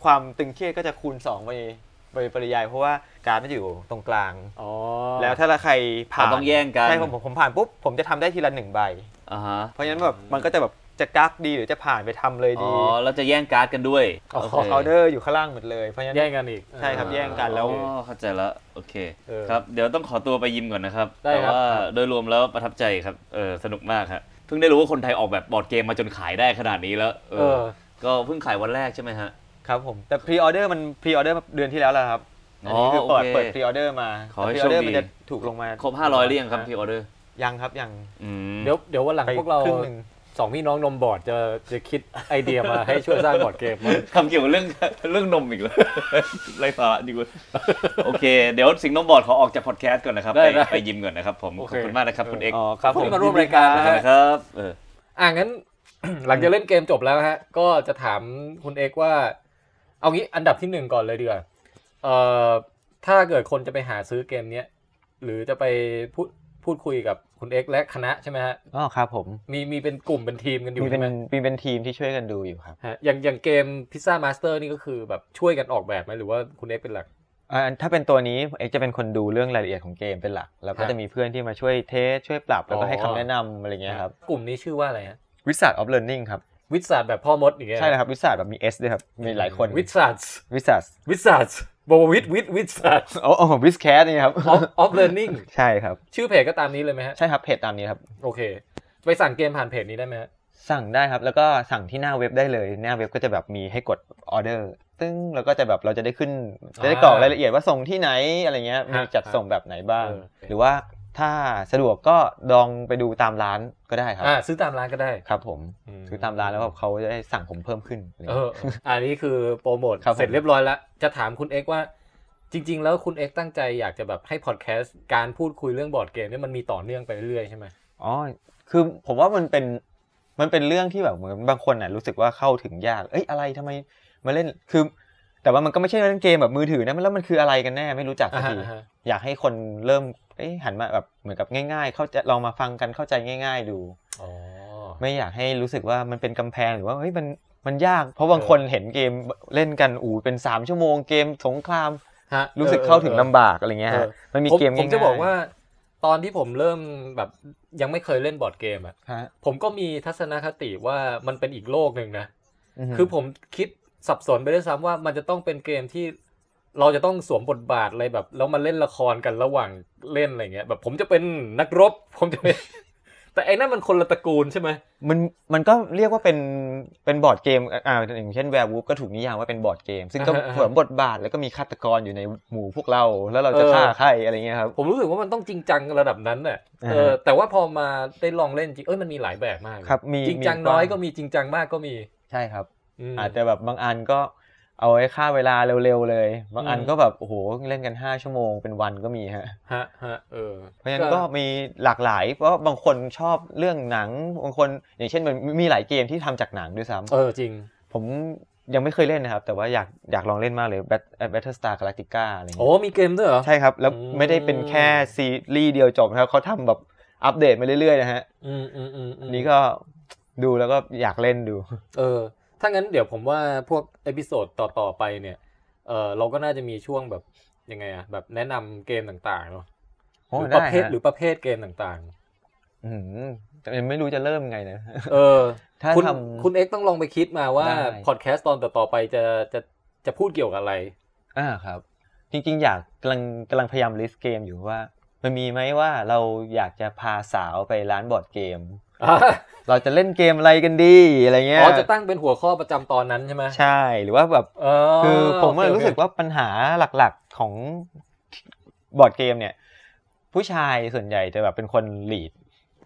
Speaker 3: ความตึงเครียดก็จะคูณ2ไปไปปริยาย เพราะว่าการดมันจะอยู่ตรงกลาง
Speaker 1: อ๋อ
Speaker 3: แล้วถ้าใครผ่าน
Speaker 2: เราต้องแย่งกัน
Speaker 3: ใช่ผมผมผ่านปุ๊บผมจะทำได้ทีละหนึ่งใบ
Speaker 2: อ่าฮะ
Speaker 3: เพราะฉะนั้นแบบมันก็จะแบบจะกักดีหรือจะผ่านไปทำเลย
Speaker 2: อ๋อ
Speaker 3: ดี
Speaker 2: เราจะแย่งการ์ดกันด้วย
Speaker 3: อ
Speaker 2: โค
Speaker 3: อเดอร์อยู่ข้างล่างหมดเลยเพราะฉะนั้น
Speaker 1: แย่งกันอีก
Speaker 3: ใช่ครับแย่งกันแล้ว
Speaker 2: อ๋อเข้าใจแล้วโอเค
Speaker 1: เออ
Speaker 2: ครับเดี๋ยวต้องขอตัวไปยิมก่อนนะครับ
Speaker 1: ได้
Speaker 2: แต่
Speaker 1: ครับ
Speaker 2: ว่าโดยรวมแล้วประทับใจครับเออสนุกมากครับเพิ่งได้รู้ว่าคนไทยออกแบบบอร์ดเกมมาจนขายได้ขนาดนี้แล้วเอ
Speaker 1: เอ
Speaker 2: อ
Speaker 1: อ
Speaker 2: ก็เพิ่งขายวันแรกใช่ไหมฮะ
Speaker 3: ครับผมแต่พรีออเดอร์มันพรีออเดอร์เดือนที่แล้วแล้วครับอันนี้คือ
Speaker 2: โอ
Speaker 3: เปิด
Speaker 2: เค
Speaker 3: เปิดพรีออเดอร์มา
Speaker 2: ขอให้
Speaker 3: พรีออเดอร์
Speaker 2: โชคดี
Speaker 3: มันจะถูกลงมา
Speaker 2: ครบ 500หรือยังครับพี่ออเดอร์
Speaker 3: ยังครับยัง
Speaker 2: อืม
Speaker 1: เดี๋ยวเดี๋ยววันหลัง
Speaker 3: ไป
Speaker 1: พวกเรา
Speaker 3: ครึ่งหนึ่ง
Speaker 1: สองพี่น้องนมบอดจะจะคิดไอเดียมาให้ช่วยสร้างบอร์ดเกมมั้ง
Speaker 2: คำเกี่ยวกับเรื่อง เรื่องนมอีกแล้ว ไรสาระดีกว่า โอเค เดี๋ยวสิงห์นมบอร์ดขอออกจากพอดแคสต์ก่อนนะครับไปไปยิมก่อนนะครับผมขอบคุณมากนะครับคุณเอก
Speaker 3: อ๋อครับ
Speaker 1: พวก
Speaker 3: ผม
Speaker 1: ที่มาร่วมรายการ
Speaker 2: ขอบ
Speaker 1: นะ
Speaker 2: คุณ
Speaker 1: ฮะ
Speaker 2: นะครับเออ
Speaker 1: อ่ะงั้น หลังจากเล่นเกมจบแล้วฮะ ก็จะถามคุณเอกว่า เอางี้อันดับที่หนึ่งก่อนเลยดีกว่าเอ่อถ้าเกิดคนจะไปหาซื้อเกมเนี้ยหรือจะไปพูดพูดคุยกับคุณเอกและคณะใช่ไหมฮะ
Speaker 3: อ๋อครับผม
Speaker 1: มีมีเป็นกลุ่มเป็นทีมกันอยู่
Speaker 3: มีเป็
Speaker 1: ใช่
Speaker 3: น
Speaker 1: ไหม
Speaker 3: มีเป็นทีมที่ช่วยกันดูอยู่ครับ
Speaker 1: ฮะอย่างอย่างเกมพิซซ่ามาสเตอร์นี่ก็คือแบบช่วยกันออกแบบไหมหรือว่าคุณเอกเป็นหลัก
Speaker 3: อ่าถ้าเป็นตัวนี้เอ็กซ์จะเป็นคนดูเรื่องรายละเอียดของเกมเป็นหลัก แล้วก็
Speaker 1: ครับ
Speaker 3: จะมีเพื่อนที่มาช่วยเทสช่วยปรับแล้ว
Speaker 1: อ๋
Speaker 3: ก็
Speaker 1: อ
Speaker 3: ให้คำแนะนำอะไรเงี้ยครับ
Speaker 1: กลุ่มนี้ชื่อว่าอะไรฮะ
Speaker 3: วิสาดออฟเลอร์นิ่งครับ
Speaker 1: วิทยาศาสตร์แบบพ่อมดอย่างเงี้ย
Speaker 3: ใช่นะครับวิสาดแบบมี S ด้วยครับมีหลายคน
Speaker 1: วิทยาศาสตร์
Speaker 3: วิสาด
Speaker 1: วิทยาศาสตร์บอกว่าวิทย์วิทย์วิทยาศาสตร์
Speaker 3: โอ้โหวิสแคสนี่ครับ
Speaker 1: ออฟออฟเลอร์นิ่ง
Speaker 3: ใช่ครับ
Speaker 1: ชื่อเพจก็ตามนี้เลยไหมฮะ
Speaker 3: ใช่ครับเพจตามนี้ครับ
Speaker 1: โอเค ไปสั่งเกมผ่านเพจนี้ได้ไหมฮะ
Speaker 3: สั่งได้ครับ แล้วก็สั่งที่หน้าเว็บได้เลย หน้าเว็บก็จะแบบมีให้กดออเดอร์ตึ้งแล้วก็จะแบบเราจะได้ขึ้น จะได้กรอกรายละเอียดว่าส่งที่ไหนอะไรเงี้ยมีจัดส่งแบบไหนบ้าง หรือว่าถ้าสะดวกก็ลองไปดูตามร้านก็ได้ครับ
Speaker 1: อ่าซื้อตามร้านก็ได้
Speaker 3: ครับผม
Speaker 1: อืม
Speaker 3: คือตามร้านแล้วแบบเขาจะได้สั่งผมเพิ่มขึ้น
Speaker 1: เอออันนี้คือโปรโมท
Speaker 3: ครับผม
Speaker 1: เสร็จเรียบร้อยแล้ว จะถามคุณเอ็กว่า จริง ๆ แล้วคุณเอ็กตั้งใจอยากจะแบบให้พอดแคสต์การพูดคุยเรื่องบอร์ดเกมเนี่ยมันมีต่อเนื่องไปเรื่อยๆใช่ไหม
Speaker 3: อ๋อ คือผมว่ามันเป็นมันเป็นเรื่องที่แบบเหมือนบางคนน่ะรู้สึกว่าเข้าถึงยาก เอ้ยอะไรทำไมมาเล่น คือ แต่ว่ามันก็ไม่ใช่เล่นเกมแบบมือถือนะมันแล้วมันคืออะไรกันแน่ไม่รู้จักสั
Speaker 1: อ่าก ฮะ
Speaker 3: ที
Speaker 1: อ่าฮะ
Speaker 3: อยากให้คนเริ่มเอ้ยหันมาแบบเหมือนกับง่ายๆ เข้าใจลองมาฟังกันเข้าใจง่าย ๆ ดู
Speaker 1: อ๋อ
Speaker 3: ไม่อยากให้รู้สึกว่ามันเป็นกำแพงหรือว่าเฮ้ยมันมันยาก เพราะบางคนเห็นเกมเล่นกันอูเป็น 3 ชั่วโมงเกมสงคราม
Speaker 1: ฮะ
Speaker 3: รู้สึก
Speaker 1: ออ
Speaker 3: เข้าถึง
Speaker 1: ออ
Speaker 3: ลำบากอะไรเงี้ยฮะ
Speaker 1: เออ
Speaker 3: มันมี
Speaker 1: ผ
Speaker 3: เกม
Speaker 1: ผ
Speaker 3: ง่าย
Speaker 1: ม
Speaker 3: ๆ
Speaker 1: จะบอกว่าตอนที่ผมเริ่มแบบยังไม่เคยเล่นบอร์ดเกมอ่ะ
Speaker 3: ฮะ
Speaker 1: ผมก็มีทัศนคติว่ามันเป็นอีกโลกหนึ่งนะ
Speaker 3: ฮึ
Speaker 1: คือผมคิดสับสนไปด้วยซ้ำว่ามันจะต้องเป็นเกมที่เราจะต้องสวมบทบาทอะไรแบบ แล้วมาเล่นละครกันระหว่างเล่นอะไรเงี้ย แบบผมจะเป็นนักรบ ผมจะเป็น แต่ไอ้นั่นมันคนละตระกูลใช่ไหม
Speaker 3: มันมันก็เรียกว่าเป็นเป็นบอร์ดเกมอ่าอย่างเช่นแวร์วูฟก็ถูกนิยามว่าเป็นบอร์ดเกม ซึ่งก็เผื่อบทบาทแล้วก็มีฆาตกรอยู่ในหมู่พวกเราแล้วเราจะฆ่าใครอะไรเงี้ยครับ
Speaker 1: ผมรู้สึกว่ามันต้องจริงจังระดับนั้นน่ะเออ
Speaker 3: อ่าฮะ
Speaker 1: แต่ว่าพอมาได้ลองเล่นจริงเอ้ยมันมีหลายแบบมาก
Speaker 3: ครับมี
Speaker 1: จริงจัง
Speaker 3: มี
Speaker 1: น้อยก็มีจริงจังมากก็มี
Speaker 3: ใช่ครับ
Speaker 1: ม
Speaker 3: อาจจะแบบบางอันก็เอาไว้ฆ่าเวลาเร็วๆเลย บางอัน
Speaker 1: อืม
Speaker 3: ก็แบบโอ้โหเล่นกัน 5 ชั่วโมงเป็นวันก็มีฮะ
Speaker 1: ฮะฮะเออ
Speaker 3: เพราะฉะนั้นก็มีหลากหลาย เพราะบางคนชอบเรื่องหนังบางคนอย่างเช่นมันมีหลายเกมที่ทำจากหนังด้วยซ้ำ
Speaker 1: เออจริง
Speaker 3: ผมยังไม่เคยเล่นนะครับ แต่ว่าอยากอยากลองเล่นมากเลย Bat- Battlestar Galactica อะไร
Speaker 1: โอ้
Speaker 3: เงี้ย
Speaker 1: มีเกมด้วยเหรอ
Speaker 3: ใช่ครับ แล้ว
Speaker 1: อืม
Speaker 3: ไม่ได้เป็นแค่ซีรีส์เดียวจบนะครับเขาทำแบบอัปเดตมาเรื่อยๆนะฮะ
Speaker 1: อืมอืมอืมอืม
Speaker 3: อันนี้ก็ดูแล้วก็อยากเล่นดู
Speaker 1: เออ ถ้างั้นเดี๋ยวผมว่าพวกเอพิโซดต่อ ๆ ไปเนี่ย เออเราก็น่าจะมีช่วงแบบยังไงอะแบบแนะนำเกมต่างๆเนาะห
Speaker 3: โอ้
Speaker 1: รือ
Speaker 3: ได้
Speaker 1: ประเภท
Speaker 3: ฮะ
Speaker 1: หรือประเภทเกมต่าง
Speaker 3: อืมแต่ยังไม่รู้จะเริ่มไงนะ
Speaker 1: ๆ เออ
Speaker 3: ถ้า
Speaker 1: คุณ
Speaker 3: ทำ
Speaker 1: คุณเอ็กต้องลองไปคิดมาว่า
Speaker 3: ได้
Speaker 1: พอดแคสต์ตอนต่อ ๆ ไปจะจะจะพูดเกี่ยวกับอะไร
Speaker 3: อ่าครับ จริงๆ อยากกำลังกำลังพยายามลิสต์เกมอยู่ว่า มันมีไหมว่าเราอยากจะพาสาวไปร้านบอร์ดเกม
Speaker 1: อ๋
Speaker 3: เราจะเล่นเกมอะไรกันดีอะไรเงี้ย
Speaker 1: อจะตั้งเป็นหัวข้อประจำตอนนั้นใช่ไหม
Speaker 3: ใช่หรือว่าแบบ
Speaker 1: เออ
Speaker 3: คือผม
Speaker 1: โอ
Speaker 3: อะ
Speaker 1: เค
Speaker 3: รู้สึกว่าปัญหาหลักๆของบอร์ดเกมเนี่ย ผู้ชายส่วนใหญ่จะแบบเป็นคนหลีด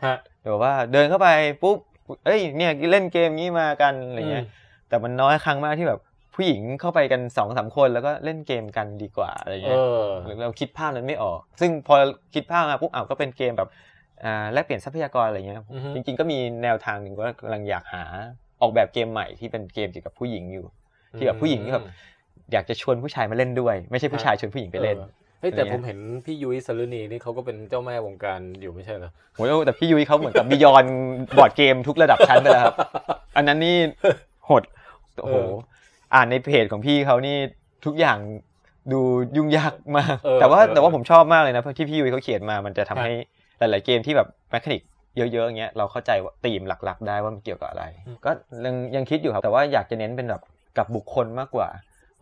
Speaker 1: ฮะ
Speaker 3: แบบว่าเดินเข้าไปปุ๊บเอ้ยเนี่ยเล่นเกมนี้มากันอะไรเงี้ย แต่มันน้อยครั้งมากที่แบบผู้หญิงเข้าไปกันสองสามคนแล้วก็เล่นเกมกันดีกว่าอะไร
Speaker 1: เอ
Speaker 3: เงี้ย
Speaker 1: อ
Speaker 3: หรือเราคิดภาพนั้นไม่ออก ซึ่งพอคิดภาพมาปุ๊บอ้าวก็เป็นเกมแบบอ่าแลกเปลี่ยนทรัพยากรอะไรเงี้ย
Speaker 1: อือฮึ
Speaker 3: จริงๆก็มีแนวทางหนึ่งว่ากำลังอยากหาออกแบบเกมใหม่ที่เป็นเกมเกี่ยวกับผู้หญิงอยู่ ที่แบบผู้หญิงที่แบบอยากจะชวนผู้ชายมาเล่นด้วย ไม่ใช่ผู้ชายชวนผู้หญิงไปเล่น
Speaker 1: ออเฮ้ยแต่
Speaker 3: อะไรเงี้ย
Speaker 1: ผมเห็นพี่ยุ้ยสรุณีนี่เขาก็เป็นเจ้าแม่วงการอยู่ไม่ใช่เหรอ
Speaker 3: โหแต่พี่ยุ้ยเขาเหมือนกับบิยอน บอร์ดเกมทุกระดับชั้นไปแล้วครับ อันนั้นนี่โหดโอ้
Speaker 1: เอ
Speaker 3: โห
Speaker 1: อ
Speaker 3: อ่านในเพจของพี่เขานี่ทุกอย่างดูยุ่งยากมาก
Speaker 1: เออ
Speaker 3: แต่ว่า
Speaker 1: เออ
Speaker 3: แต่ว่าผมชอบมากเลยนะเพราะที่พี่ยุ้ยเขาเขียนมามันจะ
Speaker 1: ค
Speaker 3: ทำ
Speaker 1: รับ
Speaker 3: ให้หลาย ๆ เกมที่แบบแมคานิกเยอะ ๆ อย่างเงี้ยเราเข้าใจว่าธีมหลัก ๆ ได้ว่ามันเกี่ยวกับอะไร ก็ยังยังคิดอยู่ครับ แต่ว่าอยากจะเน้นเป็นแบบกับบุคคลมากกว่า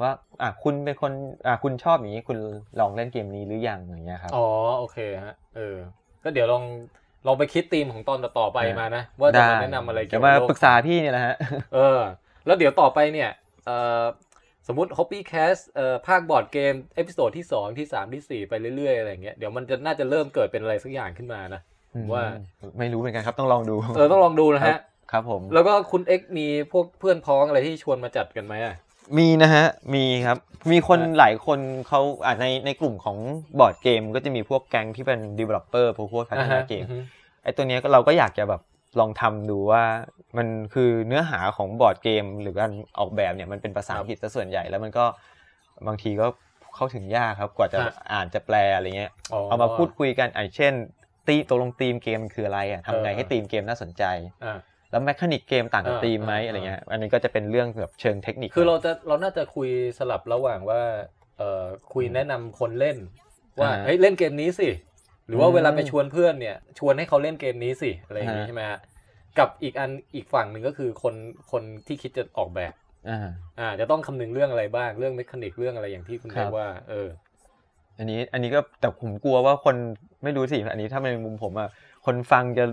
Speaker 3: ว่าอ่ะคุณเป็นคนอ่ะคุณชอบอย่างนี้คุณลองเล่นเกมนี้หรือยังอย่างเงี้ยครับ
Speaker 1: อ๋อโอเคฮะเออ ก็เดี๋ยวลองลองไปคิดธีมของตอนต่อๆไปมานะ ว่าจะมาแนะนำอะไรเกี่ยวกั
Speaker 3: แต่
Speaker 1: บ
Speaker 3: มา
Speaker 1: โลก
Speaker 3: ปรึกษาพี่เนี่ยแหละฮะ
Speaker 1: เออ แล้วเดี๋ยวต่อไปเนี่ยเอ่อสมมติ Hobby Cast เอ่อภาคบอร์ดเกม เอพิโซดที่ 2 ที่ 3 ที่ 4 ไปเรื่อยๆ อะไรอย่างเงี้ยเดี๋ยวมันจะน่าจะเริ่มเกิดเป็นอะไรสักอย่างขึ้นมานะ ว่า
Speaker 3: ไม่รู้เหมือนกันครับต้องลองดู
Speaker 1: เออ ต้องลองดูนะฮะ
Speaker 3: ครับผม
Speaker 1: แล้วก็คุณเอ็กมีพวกเพื่อนพ้องอะไรที่ชวนมาจัดกันไหมอ่ะ
Speaker 3: มีนะฮะ มีครับ มีคน
Speaker 1: ฮะ
Speaker 3: หลายคนเขาอ่าในในกลุ่มของบอร์ดเกม ก็จะมีพวกแก๊งที่เป็น developer พวกพวกพัฒนาเกม
Speaker 1: อือฮึ
Speaker 3: ไอ้ตัวเนี้ยก็เราก็อยากจะแบบลองทำดูว่ามันคือเนื้อหาของบอร์ดเกม หรือการออกแบบเนี่ยมันเป็นภาษาอังกฤษซะส่วนใหญ่แล้วมันก็บางทีก็เข้าถึงยากครับกว่าจะอ่านจะแปลอะไรเงี้ย เอามาพูดคุยกันอ่ะเช่นตีตกลงธีมเกมมันคืออะไรอ่ะทำไงให้ธีมเกมน่าสนใจ
Speaker 1: อ่ะ
Speaker 3: แล้วแมคานิกเกมต่างกับ
Speaker 1: เออ
Speaker 3: ธีมไหม
Speaker 1: เอออ
Speaker 3: อะไรเงี้ย อันนี้ก็จะเป็นเรื่องแบบเชิงเทคนิค
Speaker 1: คือเราจะเราน่าจะคุยสลับระหว่างว่าเอ่อคุยแนะนำคนเล่น ว่า
Speaker 3: อ่า
Speaker 1: เฮ้ยเล่นเกมนี้สิ หรือว่า
Speaker 3: อืม
Speaker 1: เวลาไปชวนเพื่อนเนี่ย ชวนให้เขาเล่นเกมนี้สิอะไรอย่างนี้
Speaker 3: ฮะ
Speaker 1: ใช่ไหมฮะกับอีกอันอีกฝั่งหนึ่งก็คือคนคนที่คิดจะออกแบบ
Speaker 3: อ่า
Speaker 1: อ่าจะต้องคำนึงเรื่องอะไรบ้างเรื่องเมคานิกเรื่องอะไรอย่างที่คุณ
Speaker 3: ครับ
Speaker 1: เรียกว่าเออ
Speaker 3: อันนี้อันนี้ก็แต่ผมกลัวว่าคนไม่รู้สิ อันนี้ถ้าในมุมผมอ่ะคนฟังจะ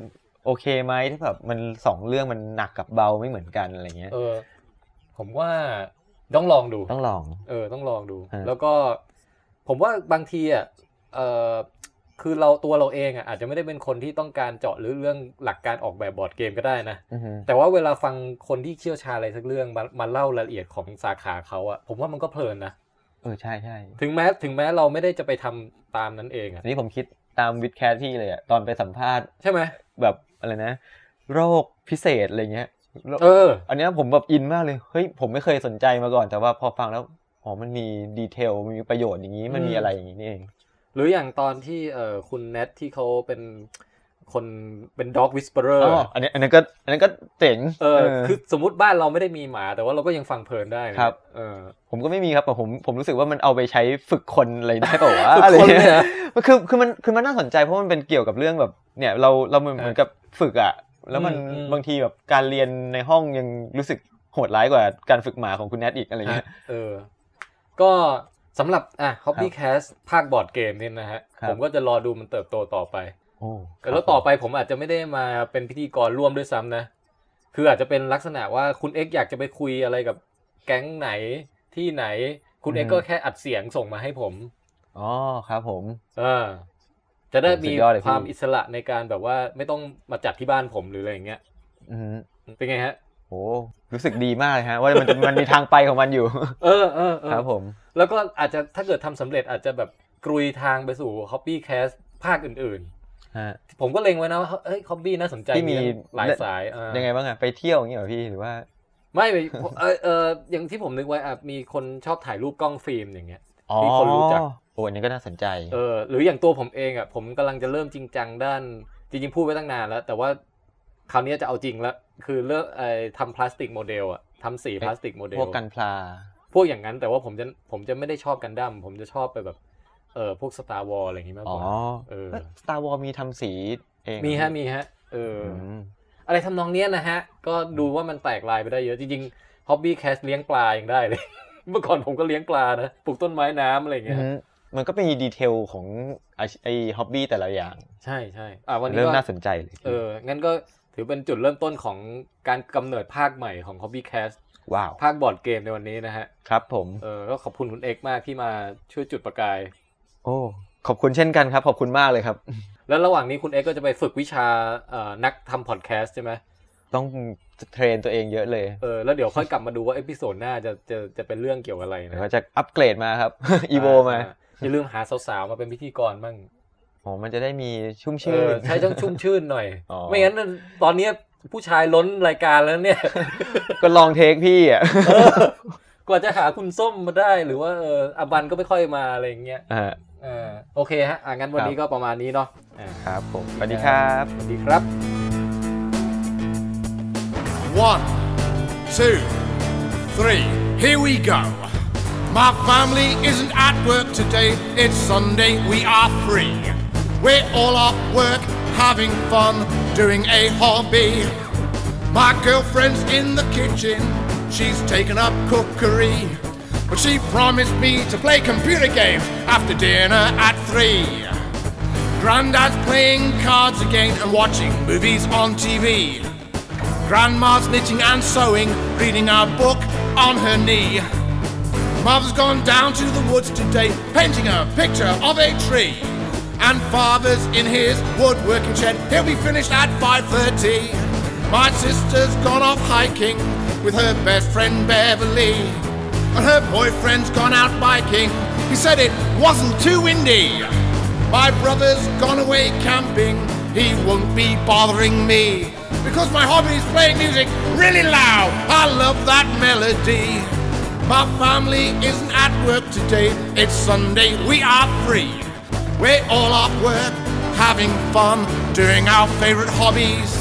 Speaker 3: โอเคไหมถ้าแบบมันสองเรื่องมันหนักกับเบาไม่เหมือนกันอะไรเงี้ย
Speaker 1: เออ ผมว่าต้องลองดู
Speaker 3: ต้องลอง
Speaker 1: เออต้องลองดู
Speaker 3: ฮะ
Speaker 1: แล้วก็ผมว่าบางทีอ่ะเออคือเราตัวเราเองอ่ะอาจจะไม่ได้เป็นคนที่ต้องการเจาะหรือเรื่องหลักการออกแบบบอร์ดเกมก็ได้นะ แต่ว่าเวลาฟังคนที่เชี่ยวชาญอะไรสักเรื่องมามาเล่ารายละเอียดของสาขาเขาอ่ะผมว่ามันก็เพลินนะ
Speaker 3: เออใช่ใช่
Speaker 1: ถึงแม้ถึงแม้เราไม่ได้จะไปทำตามนั้นเองอ่ะ
Speaker 3: อันนี้ผมคิดตามวิดแคสพี่เลยอ่ะตอนไปสัมภาษณ์
Speaker 1: ใช่ไหม
Speaker 3: แบบอะไรนะ โรคพิเศษอะไรเงี้ยโรค
Speaker 1: เออ
Speaker 3: อันเนี้ยผมแบบอินมากเลย เฮ้ย ผมไม่เคยสนใจมาก่อน แต่ว่าพอฟังแล้ว อ๋อ มันมีดีเทล มันมีประโยชน์อย่างนี้ มันมี
Speaker 1: อืม
Speaker 3: อะไรอย่างนี้นี่เอง
Speaker 1: หรืออย่างตอนที่เออคุณเนทที่เขาเป็นคนเป็น dog whisperer
Speaker 3: อ๋อ อันเนี้ยอันนั้นก็ อันนั้นก็เจ๋ง
Speaker 1: เออ
Speaker 3: เออ
Speaker 1: คือสมมติบ้านเราไม่ได้มีหมา แต่ว่าเราก็ยังฟังเพลินได้นะครับ เออ
Speaker 3: ผมก็ไม่มีครับแต่ผม ผมรู้สึกว่ามันเอาไปใช้ฝึกคนอะไรได้เปล่าวะ
Speaker 1: ฝึกคน
Speaker 3: อะไรเงี้
Speaker 1: เลยเหรอ
Speaker 3: มันคือ คือมัน คือมันน่าสนใจเพราะมันเป็นเกี่ยวกับเรื่องแบบ เนี่ย เรา เราเหมือน
Speaker 1: เออ
Speaker 3: เหมือนกับฝึกอะแล้วมัน
Speaker 1: อืมอืม
Speaker 3: บางทีแบบการเรียนในห้องยังรู้สึกโหดร้ายกว่าการฝึกหมาของคุณแนทอีกอะไรเงี้ย
Speaker 1: เออ ก็สำหรับอ่ะ Hobbycast ภาคบอร์ดเกมเนี่ยนะฮะ
Speaker 3: ครับ
Speaker 1: ผมก็จะรอดูมันเติบโตต่อไป
Speaker 3: โอ้
Speaker 1: แล้วต่อไปผมอาจจะไม่ได้มาเป็นพิธีกรร่วมด้วยซ้ำนะ คืออาจจะเป็นลักษณะว่าคุณเอ็กอยากจะไปคุยอะไรกับแก๊งไหนที่ไหน คุณเอ็กก็แค่อัดเสียงส่งมาให้ผม
Speaker 3: อ๋อ ครับผม
Speaker 1: เออ จะได้มี
Speaker 3: สุดยอดเลยพี่
Speaker 1: ความอิสระในการแบบว่าไม่ต้องมาจัดที่บ้านผมหรืออะไรอย่างเงี้ย
Speaker 3: อืม
Speaker 1: เป็นไงฮะ
Speaker 3: โอ้รู้สึกดีมากเลยฮะ ว่ามันจะ มันมีทางไปของมันอยู่
Speaker 1: เออเออเออ
Speaker 3: ครับผม
Speaker 1: แล้วก็อาจจะถ้าเกิดทำสำเร็จอาจจะแบบกรุยทางไปสู่ Hobby Cast ภาคอื่น
Speaker 3: ฮะ
Speaker 1: ๆ ผมก็เล็งไว้นะว่าเฮ้ย Hobby น่าสนใจ
Speaker 3: ที่มี
Speaker 1: หลายสายอ่า
Speaker 3: ยังไงบ้างอะไปเที่ยวอย่างเงี้ยเหรอพี่หรือว่า
Speaker 1: ไม่ไม่ผมเออเอออย่างที่ผมนึกไว้อ่ะมีคนชอบถ่ายรูปกล้องฟิล์มอย่างเงี้ย
Speaker 3: อ๋อ
Speaker 1: ที่คนรู้จัก
Speaker 3: โอ้อันนี้ก็น่าสนใจ
Speaker 1: เออหรืออย่างตัวผมเองอ่ะผมกำลังจะเริ่มจริงจังด้าน จริงๆพูดไว้ตั้งนานแล้ว แต่ว่าคราวนี้จะเอาจริงแล้ว คือเลิกไอ้ทำพลาสติกโมเดลอ่ะทำสีพลาสติกโมเดล
Speaker 3: พวกกันพลา
Speaker 1: พวกอย่างนั้นแต่ว่าผมจะผมจะไม่ได้ชอบกันดั้มผมจะชอบไปแบบเออพวกสตาร์วอลอะไรอย่างงี้มาก
Speaker 3: อ๋
Speaker 1: ก
Speaker 3: อ
Speaker 1: ว่า เออ
Speaker 3: สตาร์วอลมีทำสีเอง
Speaker 1: มีฮะมีฮะเออ
Speaker 3: อื
Speaker 1: อ
Speaker 3: ม
Speaker 1: อะไรทำนองเนี้ยนะฮะ ก็ดูว่ามันแตกลายไปได้เยอะ จริงๆ ฮอบบี้แคสเลี้ยงปลายังได้เลย เมื่อก่อนผมก็เลี้ยงปลานะ ปลูกต้นไม้น้ำอะไรอย่างเงี้ย
Speaker 3: อืมมันก็เป็นดีเทลของอาชีพไอ้ฮ็อบบี้แต่ละอย่าง
Speaker 1: ใช่ใช่อ่ะวันนี้
Speaker 3: เริ่ม
Speaker 1: ก็
Speaker 3: น่าสนใจเลย
Speaker 1: เออ งั้นก็ถือเป็นจุดเริ่มต้นของการกำเนิดภาคใหม่ของ Hobby Cast
Speaker 3: ว้าว
Speaker 1: ภาคบอร์ดเกมในวันนี้นะฮะ
Speaker 3: ครับผม
Speaker 1: เออ ก็ขอบคุณคุณเอกมากที่มาช่วยจุดประกาย
Speaker 3: โอ้ขอบคุณเช่นกันครับ ขอบคุณมากเลยครับ
Speaker 1: แล้วระหว่างนี้คุณเอกก็จะไปฝึกวิชาเอ่อนักทำพอดแคสต์ใช่ไหม
Speaker 3: ต้องเทรนตัวเองเยอะเลย
Speaker 1: เออ แล้วเดี๋ยวค่อยกลับมาดูว่าเอพิโซดหน้าจะจะจะเป็นเรื่องเกี่ยวกับอะไร
Speaker 3: เดี๋ย
Speaker 1: นะ
Speaker 3: วเขาจะอัปเกรดมาครับ อีโวมา
Speaker 1: อ่อย่าลืมหาสาวๆมาเป็นพิธีกรบ้าง
Speaker 3: อ๋อ มันจะได้มีชุ่ม
Speaker 1: เอ
Speaker 3: ชื่น
Speaker 1: อใช้ต้องชุ่มชื่นหน่อย
Speaker 3: อ๋อ
Speaker 1: ไม่งั้นตอนนี้ผู้ชายล้นรายการแล้วเนี่ย
Speaker 3: ก็ลองเทคพี่อ่ะ
Speaker 1: กว่าจะหาคุณส้มมาได้หรือว่าเอออบันก็ไม่ค่อยมาอะไรอย่างเงี้ย
Speaker 3: อ่า
Speaker 1: เออโอเคฮะอ่ะงั้นวันนี้ก็ประมาณนี้เนาะอ่า
Speaker 3: ครับผม สวัสดีครับ
Speaker 1: สวัสดีครับ
Speaker 5: One, two, three, Here we go. My family isn't at work today. It's Sunday. We are free. We're all off work, having fun, doing a hobby. My girlfriend's in the kitchen. She's taken up cookery. But she promised me to play computer games after dinner at three. Granddad's playing cards again and watching movies on TV. Grandma's knitting and sewing, reading a book on her knee. Mother's gone down to the woods today, painting a picture of a tree. And father's in his woodworking shed. He'll be finished at 5:30. My sister's gone off hiking with her best friend Beverly. And her boyfriend's gone out biking. He said it wasn't too windy. My brother's gone away camping. He won't be bothering me. Because my hobby is playing music really loud. I love that melody. My family isn't at work today. It's Sunday. We are free. We're all off work, having fun, doing our favorite hobbies.